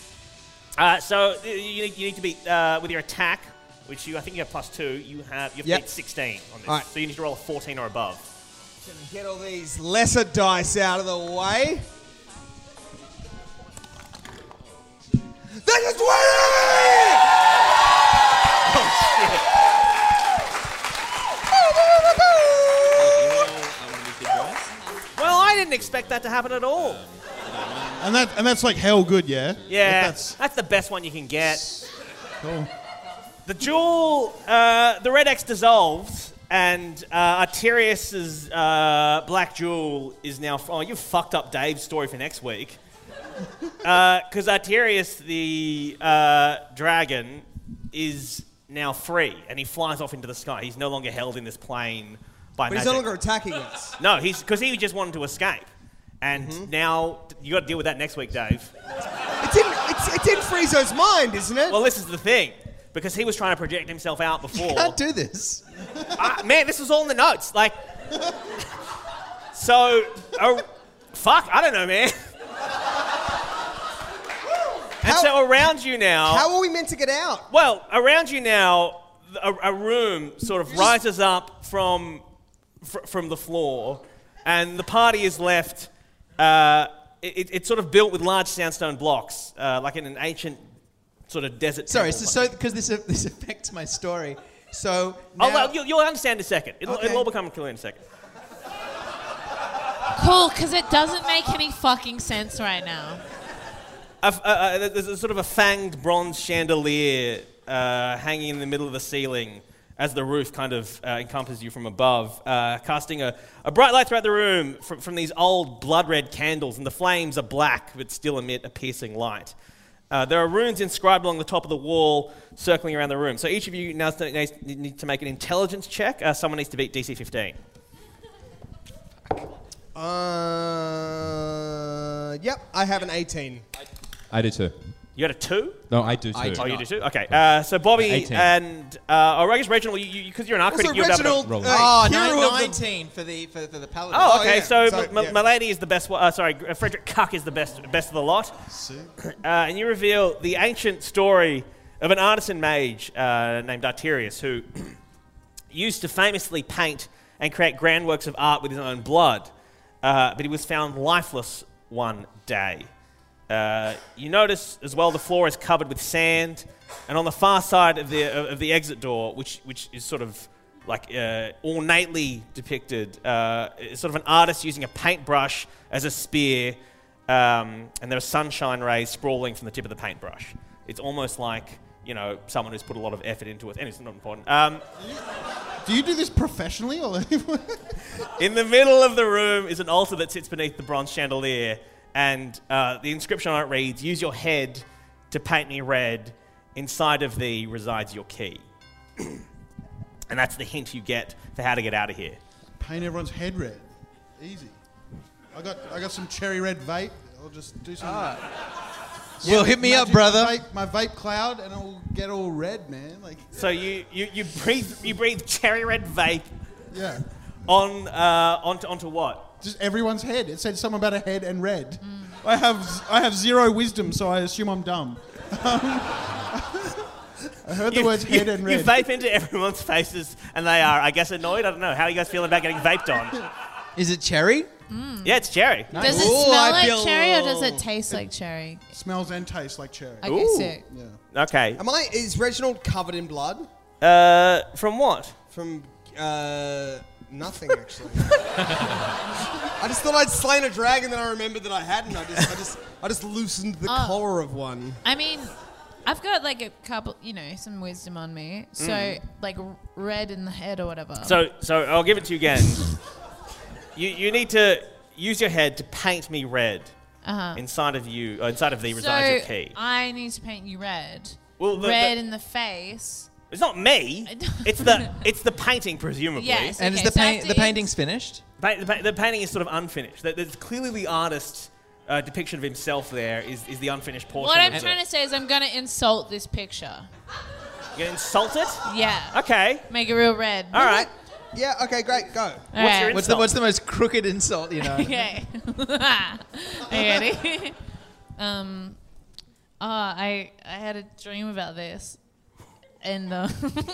[SPEAKER 1] Uh, so uh, you need, you need to beat uh, with your attack, which you I think you have plus two. You have you've
[SPEAKER 5] Yep.
[SPEAKER 1] beat 16 on this,
[SPEAKER 5] All right.
[SPEAKER 1] so you need to roll a 14 or above.
[SPEAKER 5] Get all these lesser dice out of the way. That is 20!
[SPEAKER 8] Oh,
[SPEAKER 1] Well, I didn't expect that to happen at all.
[SPEAKER 7] And that and that's like hell good, yeah.
[SPEAKER 1] yeah,
[SPEAKER 7] Like,
[SPEAKER 1] that's,
[SPEAKER 7] that's
[SPEAKER 1] the best one you can get.
[SPEAKER 7] cool.
[SPEAKER 1] The jewel, uh, the red X dissolves, And uh, Arterius's uh, Black Jewel is now. Oh, you fucked up Dave's story for next week. Because Arterius, the uh, dragon, is now free and he flies off into the sky. He's no longer held in this plane by
[SPEAKER 8] But he's
[SPEAKER 1] magic.
[SPEAKER 8] no longer attacking us.
[SPEAKER 1] No, he's because he just wanted to escape. And
[SPEAKER 8] Mm-hmm.
[SPEAKER 1] now you got to deal with that next week, Dave.
[SPEAKER 8] It's in, it's, it's in Friezo's mind, isn't it?
[SPEAKER 1] Well, this is the thing because he was trying to project himself out before.
[SPEAKER 2] Can't do this.
[SPEAKER 1] Ah, man, this was all in the notes. Like, so, oh, fuck, I don't know, man. and so around you now.
[SPEAKER 8] How are we meant to get out?
[SPEAKER 1] Well, around you now, th- a, a room sort of rises up from fr- from the floor, and the party is left. Uh, it, it- it's sort of built with large sandstone blocks, uh, like in an ancient sort of desert.
[SPEAKER 2] Sorry,
[SPEAKER 1] temple.
[SPEAKER 2] so because this this affects my story. So
[SPEAKER 1] oh
[SPEAKER 2] now-
[SPEAKER 1] well, you, you'll understand in a second. It'll,
[SPEAKER 2] Okay.
[SPEAKER 1] it'll all become clear in a second.
[SPEAKER 3] Cool, because it doesn't make any fucking sense right now.
[SPEAKER 1] A f- uh, uh, there's there's a sort of a fanged bronze chandelier uh, hanging in the middle of the ceiling as the roof kind of uh, encompasses you from above, uh, casting a, a bright light throughout the room from, from these old blood red candles, and the flames are black but still emit a piercing light. Uh, there are runes inscribed along the top of the wall, circling around the room. So each of you now st- needs- need to make an intelligence check. Uh, someone needs to beat DC 15.
[SPEAKER 8] Uh, yep, I have an 18.
[SPEAKER 4] I do too.
[SPEAKER 1] You got a two?
[SPEAKER 4] No, I do too.
[SPEAKER 8] I do
[SPEAKER 1] oh, you do
[SPEAKER 8] not.
[SPEAKER 1] too. Okay. Uh, so Bobby
[SPEAKER 4] 18.
[SPEAKER 1] and uh, or I guess Reginald, because you, you, 'cause you're an art critic, you're
[SPEAKER 2] oh,
[SPEAKER 1] able to.
[SPEAKER 2] nine-
[SPEAKER 8] hero of the-
[SPEAKER 2] 19 for the for, for the paladin.
[SPEAKER 1] Oh, okay. So,
[SPEAKER 8] So,
[SPEAKER 1] M-
[SPEAKER 8] yeah.
[SPEAKER 1] Milady is the best. one- Uh, sorry, G- uh, Frederick Cuck is the best, best of the lot. Uh, and you reveal the ancient story of an artisan mage uh, named Arterius who used to famously paint and create grand works of art with his own blood, uh, but he was found lifeless one day. Uh, you notice as well the floor is covered with sand, and on the far side of the of the exit door, which which is sort of like uh, ornately depicted, uh, is sort of an artist using a paintbrush as a spear, um, and there are sunshine rays sprawling from the tip of the paintbrush. It's almost like you know someone who's put a lot of effort into it, and it's not important. Um,
[SPEAKER 7] Do you do this professionally or?
[SPEAKER 1] In the middle of the room is an altar that sits beneath the bronze chandelier, and uh, the inscription on it reads, Use your head to paint me red, inside of thee resides your key. and that's the hint you get for how to get out of here.
[SPEAKER 7] Paint everyone's head red. Easy. I got I got some cherry red vape. I'll just do some.
[SPEAKER 2] Well, hit me up,
[SPEAKER 7] Magic
[SPEAKER 2] brother.
[SPEAKER 7] Vape, my vape cloud, and it'll get all red, man. Like
[SPEAKER 1] So you, you, you, breathe, you breathe cherry red vape
[SPEAKER 7] yeah,
[SPEAKER 1] on, uh, onto, onto what?
[SPEAKER 7] just everyone's head. It said something about a head and red. Mm. I have I have zero wisdom, so I assume I'm dumb. I heard the
[SPEAKER 1] You-
[SPEAKER 7] words
[SPEAKER 1] you-
[SPEAKER 7] head and
[SPEAKER 1] You
[SPEAKER 7] red.
[SPEAKER 1] vape into everyone's faces, and they are, I guess, annoyed. I don't know. How are you guys feeling about getting vaped on?
[SPEAKER 2] Is it cherry?
[SPEAKER 1] Yeah, it's cherry.
[SPEAKER 3] Does it
[SPEAKER 2] Ooh,
[SPEAKER 3] smell
[SPEAKER 2] I
[SPEAKER 3] like
[SPEAKER 2] feel-
[SPEAKER 3] cherry or does it taste like cherry?
[SPEAKER 7] Smells and tastes like cherry.
[SPEAKER 3] Okay, sick.
[SPEAKER 1] Okay.
[SPEAKER 8] Am I? Is Reginald covered in blood
[SPEAKER 1] Uh, from what?
[SPEAKER 8] from uh, nothing? Actually, I just thought I'd slain a dragon, then I remembered that I hadn't. I just, I just, I just loosened the
[SPEAKER 3] Oh.
[SPEAKER 8] collar of one.
[SPEAKER 3] I mean, I've got like a couple, you know, some wisdom on me. So,
[SPEAKER 2] Mm.
[SPEAKER 3] like, r- red in the head or whatever.
[SPEAKER 1] So, so I'll give it to you again. you, you need to use your head to paint me red.
[SPEAKER 3] Uh-huh.
[SPEAKER 1] Inside of you, uh, inside of thee resides your key.
[SPEAKER 3] I need to paint you red.
[SPEAKER 1] Well, the-
[SPEAKER 3] red
[SPEAKER 1] the-
[SPEAKER 3] in the face.
[SPEAKER 1] It's not me.
[SPEAKER 3] I don't-
[SPEAKER 1] It's the it's the painting, presumably.
[SPEAKER 3] Yes.
[SPEAKER 2] And is
[SPEAKER 3] Okay,
[SPEAKER 2] the
[SPEAKER 3] so I have
[SPEAKER 2] paint
[SPEAKER 3] to
[SPEAKER 2] the
[SPEAKER 3] eat-
[SPEAKER 2] painting's finished?
[SPEAKER 1] Pa- the, pa- the painting is sort of unfinished. There- There's clearly the artist's uh, depiction of himself. There is, is the unfinished portion.
[SPEAKER 3] What I'm
[SPEAKER 1] of
[SPEAKER 3] trying to say is I'm going to insult this picture.
[SPEAKER 1] to you insult it.
[SPEAKER 3] Yeah.
[SPEAKER 1] Okay.
[SPEAKER 3] Make it real red.
[SPEAKER 1] All right.
[SPEAKER 8] Yeah. Okay. Great. Go.
[SPEAKER 3] All
[SPEAKER 1] What's your
[SPEAKER 3] right.
[SPEAKER 2] What's the
[SPEAKER 1] Insult.
[SPEAKER 2] what's the most crooked insult you know?
[SPEAKER 3] Okay. Are you ready? um, oh, I I had a dream about this, and uh,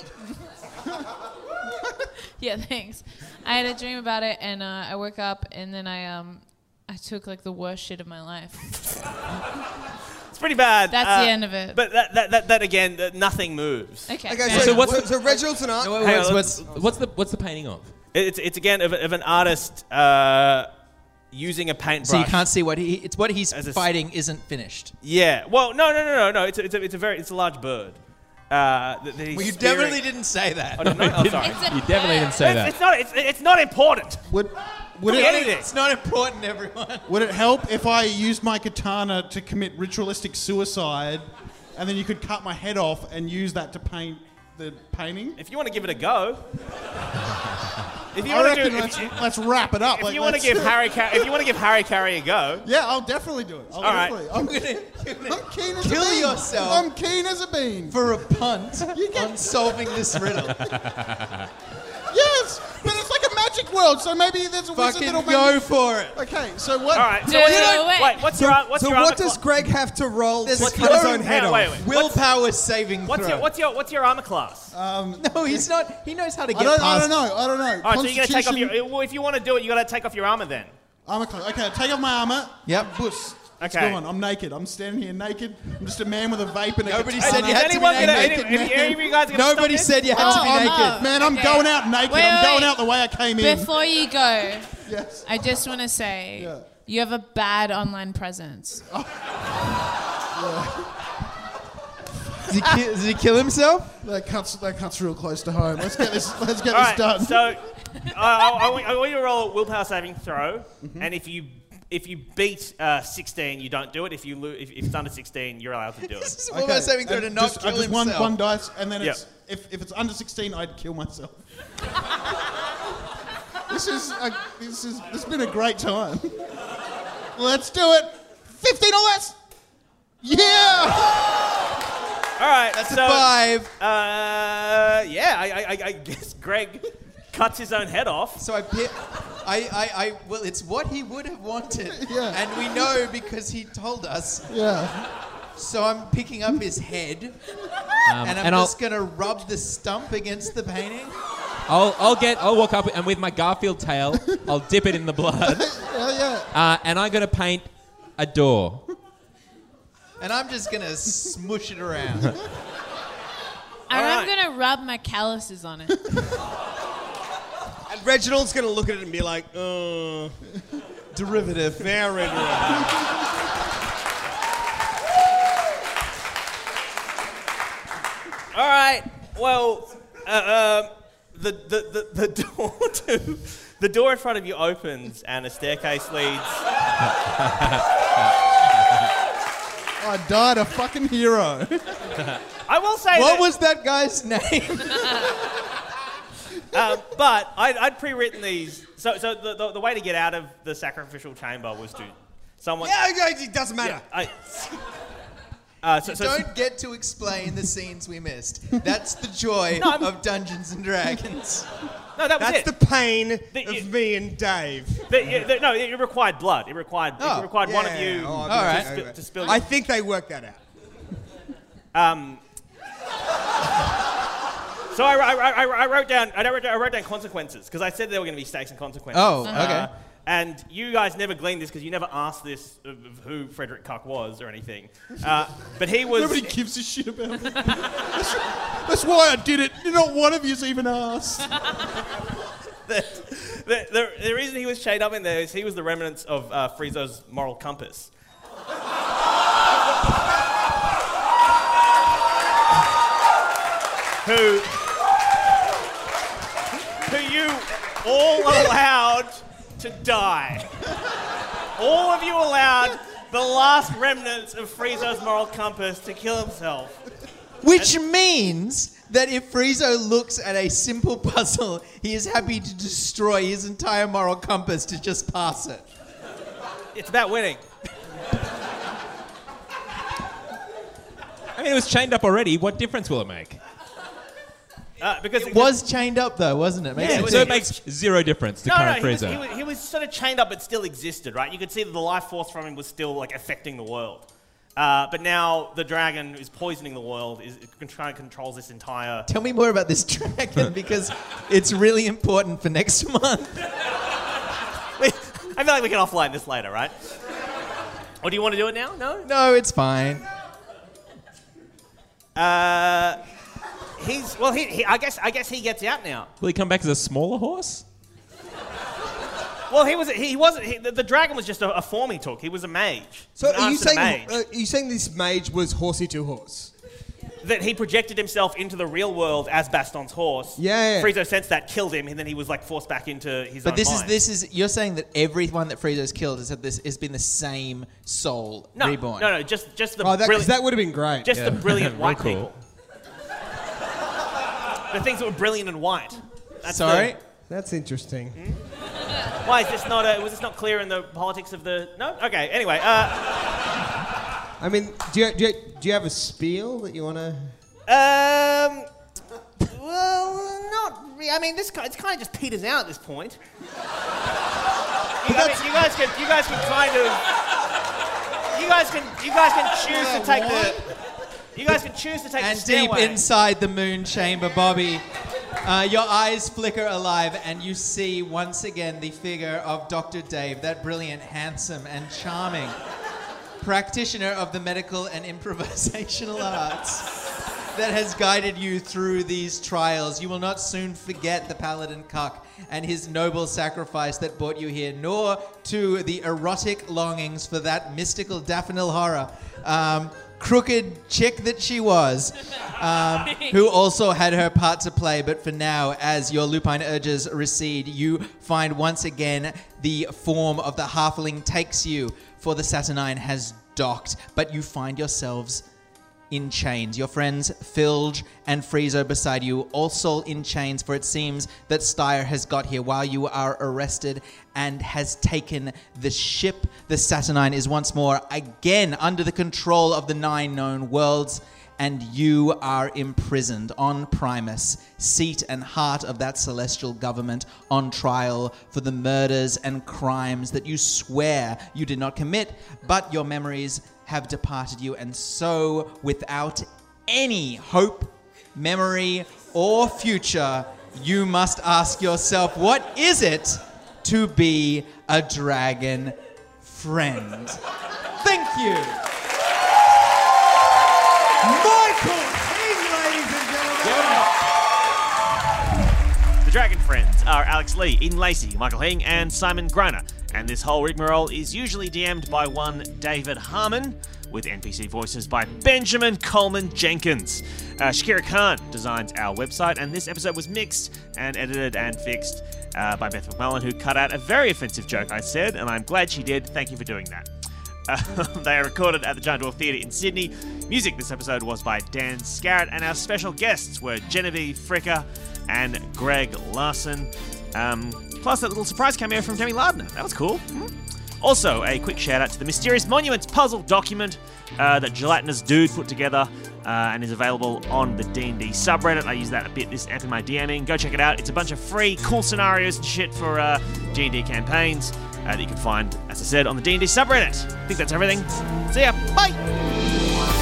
[SPEAKER 3] yeah, thanks. I had a dream about it, and uh, I woke up, and then I um. I took like the worst shit of my life.
[SPEAKER 1] It's pretty bad. Uh,
[SPEAKER 3] That's the end of it.
[SPEAKER 1] But that that, that, that again, that nothing moves.
[SPEAKER 3] Okay.
[SPEAKER 8] Okay.
[SPEAKER 3] fair
[SPEAKER 8] So,
[SPEAKER 4] So
[SPEAKER 3] enough.
[SPEAKER 4] what's
[SPEAKER 8] what's
[SPEAKER 4] the-
[SPEAKER 8] so Reginald's an art.
[SPEAKER 2] No, wait,
[SPEAKER 1] Hang
[SPEAKER 2] what's,
[SPEAKER 1] on,
[SPEAKER 2] what's,
[SPEAKER 4] What's the what's the painting of?
[SPEAKER 1] It's it's again of, of an artist uh, using a paintbrush.
[SPEAKER 2] so you can't see what he it's what he's
[SPEAKER 1] As a s-
[SPEAKER 2] fighting isn't finished.
[SPEAKER 1] Yeah. Well, no, no, no, no, no. It's a, it's a, it's a very it's a large bird. Uh, that, that he's
[SPEAKER 2] Well, you
[SPEAKER 1] spearing-
[SPEAKER 2] definitely didn't say that.
[SPEAKER 1] Oh, did I? Oh, sorry.
[SPEAKER 2] It's a You definitely didn't say
[SPEAKER 1] It's-
[SPEAKER 2] that.
[SPEAKER 1] It's not. It's, it's not important.
[SPEAKER 7] Would,
[SPEAKER 1] Could
[SPEAKER 7] would,
[SPEAKER 1] be anything.
[SPEAKER 7] it,
[SPEAKER 2] It's not important, everyone.
[SPEAKER 7] would it help if I used my katana to commit ritualistic suicide and then you could cut my head off and use that to paint the painting?
[SPEAKER 1] If you want to give it a go, if you
[SPEAKER 7] I
[SPEAKER 1] want to
[SPEAKER 7] reckon
[SPEAKER 1] do,
[SPEAKER 7] let's,
[SPEAKER 1] if you,
[SPEAKER 7] let's wrap it up.
[SPEAKER 1] if
[SPEAKER 7] like,
[SPEAKER 1] you want to
[SPEAKER 7] let's-
[SPEAKER 1] give Harry, Car- if you want to give Harry Carey a go,
[SPEAKER 7] Yeah, I'll definitely do it. I'll
[SPEAKER 1] All right.
[SPEAKER 7] definitely. I'm, I'm keen as
[SPEAKER 2] Kill
[SPEAKER 7] a bean.
[SPEAKER 2] yourself.
[SPEAKER 7] I'm keen as a bean.
[SPEAKER 2] For a punt
[SPEAKER 7] You get-
[SPEAKER 2] on solving this riddle.
[SPEAKER 7] Yes, but it's like a magic world, so maybe there's a wizard
[SPEAKER 2] Fucking
[SPEAKER 7] that'll
[SPEAKER 2] go
[SPEAKER 7] make me-
[SPEAKER 2] for it.
[SPEAKER 7] Okay, so what?
[SPEAKER 1] all right. So
[SPEAKER 3] Do
[SPEAKER 1] wait,
[SPEAKER 3] it.
[SPEAKER 1] wait, what's your ar- what's
[SPEAKER 8] so
[SPEAKER 1] your armor
[SPEAKER 8] what does
[SPEAKER 1] cla-
[SPEAKER 8] Greg have to roll
[SPEAKER 2] There's
[SPEAKER 8] to
[SPEAKER 2] a
[SPEAKER 8] cut his
[SPEAKER 2] code.
[SPEAKER 8] own head
[SPEAKER 1] Hang on,
[SPEAKER 8] off?
[SPEAKER 1] wait, wait.
[SPEAKER 2] Willpower saving
[SPEAKER 1] What's
[SPEAKER 2] throw.
[SPEAKER 1] your what's your what's your armor class?
[SPEAKER 2] no, he's not. He knows how to
[SPEAKER 7] I
[SPEAKER 2] get
[SPEAKER 7] don't, I
[SPEAKER 2] past.
[SPEAKER 7] don't know. I don't know.
[SPEAKER 1] all right, so you're gonna take off
[SPEAKER 7] Constitution-
[SPEAKER 1] your. Well, if you want to do it, you gotta take off your armor then.
[SPEAKER 7] Armor class. Okay, take off my armor.
[SPEAKER 2] Yep.
[SPEAKER 7] Bus. It's
[SPEAKER 1] Okay.
[SPEAKER 7] gone. I'm naked. I'm standing here naked. I'm just a man with a vape and a
[SPEAKER 2] Nobody
[SPEAKER 7] katana.
[SPEAKER 2] said you had
[SPEAKER 1] Is
[SPEAKER 2] to be
[SPEAKER 1] anyone gonna?
[SPEAKER 2] naked,
[SPEAKER 1] Any,
[SPEAKER 7] man.
[SPEAKER 1] if any of you guys are gonna
[SPEAKER 2] Nobody
[SPEAKER 1] stop
[SPEAKER 2] said you had to be
[SPEAKER 3] Oh,
[SPEAKER 2] naked.
[SPEAKER 3] oh,
[SPEAKER 7] Man, I'm
[SPEAKER 3] okay.
[SPEAKER 7] going out naked.
[SPEAKER 3] Wait,
[SPEAKER 7] I'm
[SPEAKER 3] wait,
[SPEAKER 7] going
[SPEAKER 3] wait.
[SPEAKER 7] out the way I came in.
[SPEAKER 3] Before you go,
[SPEAKER 7] yes.
[SPEAKER 3] I just want to say
[SPEAKER 7] Yeah.
[SPEAKER 3] you have a bad online presence.
[SPEAKER 2] Did he, kill, did he kill himself?
[SPEAKER 7] That cuts. That cuts real close to home. Let's get this. Let's get
[SPEAKER 1] All
[SPEAKER 7] this
[SPEAKER 1] right,
[SPEAKER 7] done.
[SPEAKER 1] so uh, I, I want- I want you to roll a willpower saving throw,
[SPEAKER 2] Mm-hmm.
[SPEAKER 1] and if you if you beat uh, 16, you don't do it. If you lo- if, if it's under 16, you're allowed to do
[SPEAKER 2] This
[SPEAKER 1] it.
[SPEAKER 2] is what we're saving throw
[SPEAKER 7] and
[SPEAKER 2] to not
[SPEAKER 7] just,
[SPEAKER 2] kill
[SPEAKER 7] I just
[SPEAKER 2] himself.
[SPEAKER 7] One, one dice, and then
[SPEAKER 1] Yeah.
[SPEAKER 7] it's if, if it's under 16, I'd kill myself. this is a, this is this has been a great time. Let's do it. 15 or less. Yeah.
[SPEAKER 1] All right,
[SPEAKER 2] That's
[SPEAKER 1] so,
[SPEAKER 2] a five.
[SPEAKER 1] Uh, yeah, I, I, I- I guess Greg cuts his own head off.
[SPEAKER 2] So I, pi- I, I, I, well, it's what he would have wanted,
[SPEAKER 7] Yeah.
[SPEAKER 2] and we know because he told us.
[SPEAKER 7] Yeah.
[SPEAKER 2] So I'm picking up his head, and I'm
[SPEAKER 4] and I'll-
[SPEAKER 2] just gonna rub the stump against the painting.
[SPEAKER 4] I'll, I'll get. I'll walk up and with my Garfield tail, I'll dip it in the blood,
[SPEAKER 7] Yeah. Yeah.
[SPEAKER 4] uh, and I'm gonna paint a door.
[SPEAKER 2] And I'm just gonna smush it around.
[SPEAKER 3] And I'm
[SPEAKER 1] right.
[SPEAKER 3] gonna rub my calluses on it.
[SPEAKER 8] And Reginald's going to look at it and be like, uh,
[SPEAKER 2] Derivative.
[SPEAKER 8] very wrong.
[SPEAKER 1] All right, well, uh, um, the, the, the, the door to the door in front of you opens, and a staircase leads.
[SPEAKER 7] I died a fucking hero.
[SPEAKER 1] I will say
[SPEAKER 2] What
[SPEAKER 1] that-
[SPEAKER 2] was that guy's name?
[SPEAKER 1] um, but I'd, I'd pre-written these. So, so the, the, the way to get out of the sacrificial chamber was to someone.
[SPEAKER 8] Yeah, it it doesn't matter.
[SPEAKER 1] I, uh, so, so,
[SPEAKER 2] Don't get to explain the scenes we missed. That's the joy
[SPEAKER 1] No, I'm-
[SPEAKER 2] of Dungeons and Dragons.
[SPEAKER 1] no, that was
[SPEAKER 8] That's
[SPEAKER 1] it.
[SPEAKER 8] the pain
[SPEAKER 1] The- you-
[SPEAKER 8] of me and Dave.
[SPEAKER 1] The- you- the- no, it it required blood. It required
[SPEAKER 2] Oh,
[SPEAKER 1] it required one of
[SPEAKER 8] Yeah,
[SPEAKER 1] you.
[SPEAKER 8] oh, I've
[SPEAKER 2] All
[SPEAKER 8] been
[SPEAKER 2] right.
[SPEAKER 8] thinking
[SPEAKER 1] To spi-
[SPEAKER 8] about
[SPEAKER 1] to
[SPEAKER 8] it.
[SPEAKER 1] spill
[SPEAKER 8] I
[SPEAKER 1] your-
[SPEAKER 8] think they worked that out.
[SPEAKER 1] So I, I, I, I wrote down I wrote down, I wrote down consequences because I said there were going to be stakes and consequences. Uh,
[SPEAKER 2] Oh, okay.
[SPEAKER 1] and you guys never gleaned this because you never asked this of, of who Frederick Cuck was or anything. Uh, but he was.
[SPEAKER 7] Nobody gives a shit about me. That's, that's why I did it. Not one of you's even asked.
[SPEAKER 1] the, the, the, the reason he was shaded up in there is he was the remnants of uh, Friezo's moral compass. who, who you all allowed to die. All of you allowed the last remnants of Friezo's moral compass to kill himself.
[SPEAKER 2] Which means that if Friezo looks at a simple puzzle, he is happy to destroy his entire moral compass to just pass it.
[SPEAKER 1] It's about winning.
[SPEAKER 4] I mean, it was chained up already. What difference will it make?
[SPEAKER 1] Uh, because
[SPEAKER 2] It was chained up though, wasn't it? Makes
[SPEAKER 1] Yeah, it
[SPEAKER 2] sense.
[SPEAKER 1] was-
[SPEAKER 4] so it makes zero difference to
[SPEAKER 1] No, no,
[SPEAKER 4] current
[SPEAKER 1] he was,
[SPEAKER 4] freezer.
[SPEAKER 1] he, was, he was sort of chained up, but still existed, right? You could see that the life force from him was still like affecting the world. Uh, but now the dragon is poisoning the world. Is is trying to controls this entire.
[SPEAKER 2] Tell me more about this dragon because it's really important for next month.
[SPEAKER 1] I feel like we can offline this later, right? Or do you want to do it now? No.
[SPEAKER 2] No, it's fine.
[SPEAKER 1] Uh, he's well. He, he, I guess. I guess he gets out now.
[SPEAKER 4] will he come back as a smaller horse?
[SPEAKER 1] Well, he was. He wasn't. He, the, the dragon was just a, a form he took. He was a mage.
[SPEAKER 8] So
[SPEAKER 1] He was an
[SPEAKER 8] are you
[SPEAKER 2] uh,
[SPEAKER 1] artisan
[SPEAKER 8] saying
[SPEAKER 1] mage.
[SPEAKER 8] uh, are you saying this mage was horsey to horse?
[SPEAKER 10] that he projected himself into the real world as Baston's horse.
[SPEAKER 2] Yeah, yeah.
[SPEAKER 10] Frieza sensed that, killed him, and then he was like forced back into his
[SPEAKER 2] But
[SPEAKER 10] own
[SPEAKER 2] this
[SPEAKER 10] mind.
[SPEAKER 2] is this is you're saying that everyone that Frieza's killed has had this has been the same soul
[SPEAKER 10] no,
[SPEAKER 2] reborn.
[SPEAKER 10] No, no, just just the
[SPEAKER 2] Oh, that- 'cause
[SPEAKER 10] brilliant.
[SPEAKER 2] that would've been great.
[SPEAKER 10] Just
[SPEAKER 2] Yeah.
[SPEAKER 10] the brilliant
[SPEAKER 2] Real
[SPEAKER 10] white
[SPEAKER 2] cool.
[SPEAKER 10] people. the things that were brilliant and white. That's
[SPEAKER 5] Sorry? That's interesting.
[SPEAKER 10] the- why is this not? A, was this not clear in the politics of the? No. Okay. Anyway. Uh,
[SPEAKER 5] I mean, do you, do, you, do you have a spiel that you want to?
[SPEAKER 10] um. Well, not. Re- I mean, this ki- it's kind of just peters out at this point. You, I mean, you guys can. You guys can kind of. You guys can. You guys can choose to take the. You guys can choose to take
[SPEAKER 2] And
[SPEAKER 10] the
[SPEAKER 2] deep
[SPEAKER 10] stairway.
[SPEAKER 2] inside the moon chamber, Bobby, uh, your eyes flicker alive, and you see once again the figure of Dr. Dave, that brilliant, handsome, and charming practitioner of the medical and improvisational arts that has guided you through these trials. You will not soon forget the Paladin Cuck and his noble sacrifice that brought you here, nor to the erotic longings for that mystical Daphne horror. Um, crooked chick that she was, um, who also had her part to play, but for now, as your lupine urges recede, you find once again the form of the halfling takes you, for the Saturnine has docked, but you find yourselves in chains. Your friends Filge and Friezo beside you, also in chains, for it seems that Styre has got here while you are arrested and has taken the ship. The Saturnine is once more again under the control of the nine known worlds. And you are imprisoned on Primus, seat and heart of that celestial government, on trial for the murders and crimes that you swear you did not commit, but your memories have departed you, and so without any hope, memory, or future, you must ask yourself, what is it to be a dragon friend? Thank you. Michael ladies and gentlemen.
[SPEAKER 1] The Dragon Friends are Alex Lee, Eden Lacey, Michael Hing, and Simon Griner. And this whole rigmarole is usually DM'd by one David Harmon, with NPC voices by Benjamin Coleman Jenkins. Uh, Shakira Khan designs our website, and this episode was mixed and edited and fixed uh, by Beth McMullen, who cut out a very offensive joke I said, and I'm glad she did. Thank you for doing that. Um, they are recorded at the Giant Dwarf Theatre in Sydney. Music this episode was by Dan Scarrett, and our special guests were Genevieve Fricker and Greg Larson. Um, plus, that little surprise cameo from Demi Lardner. That was cool. Hmm? Also, a quick shout out to the Mysterious Monuments puzzle document uh, that Gelatinous Dude put together uh, and is available on the D&D subreddit. I use that a bit this app in my DMing. Go check it out. It's a bunch of free, cool scenarios and shit for uh, D&D campaigns uh, that you can find, as I said, on the D&D subreddit. I think that's everything. See ya. Bye.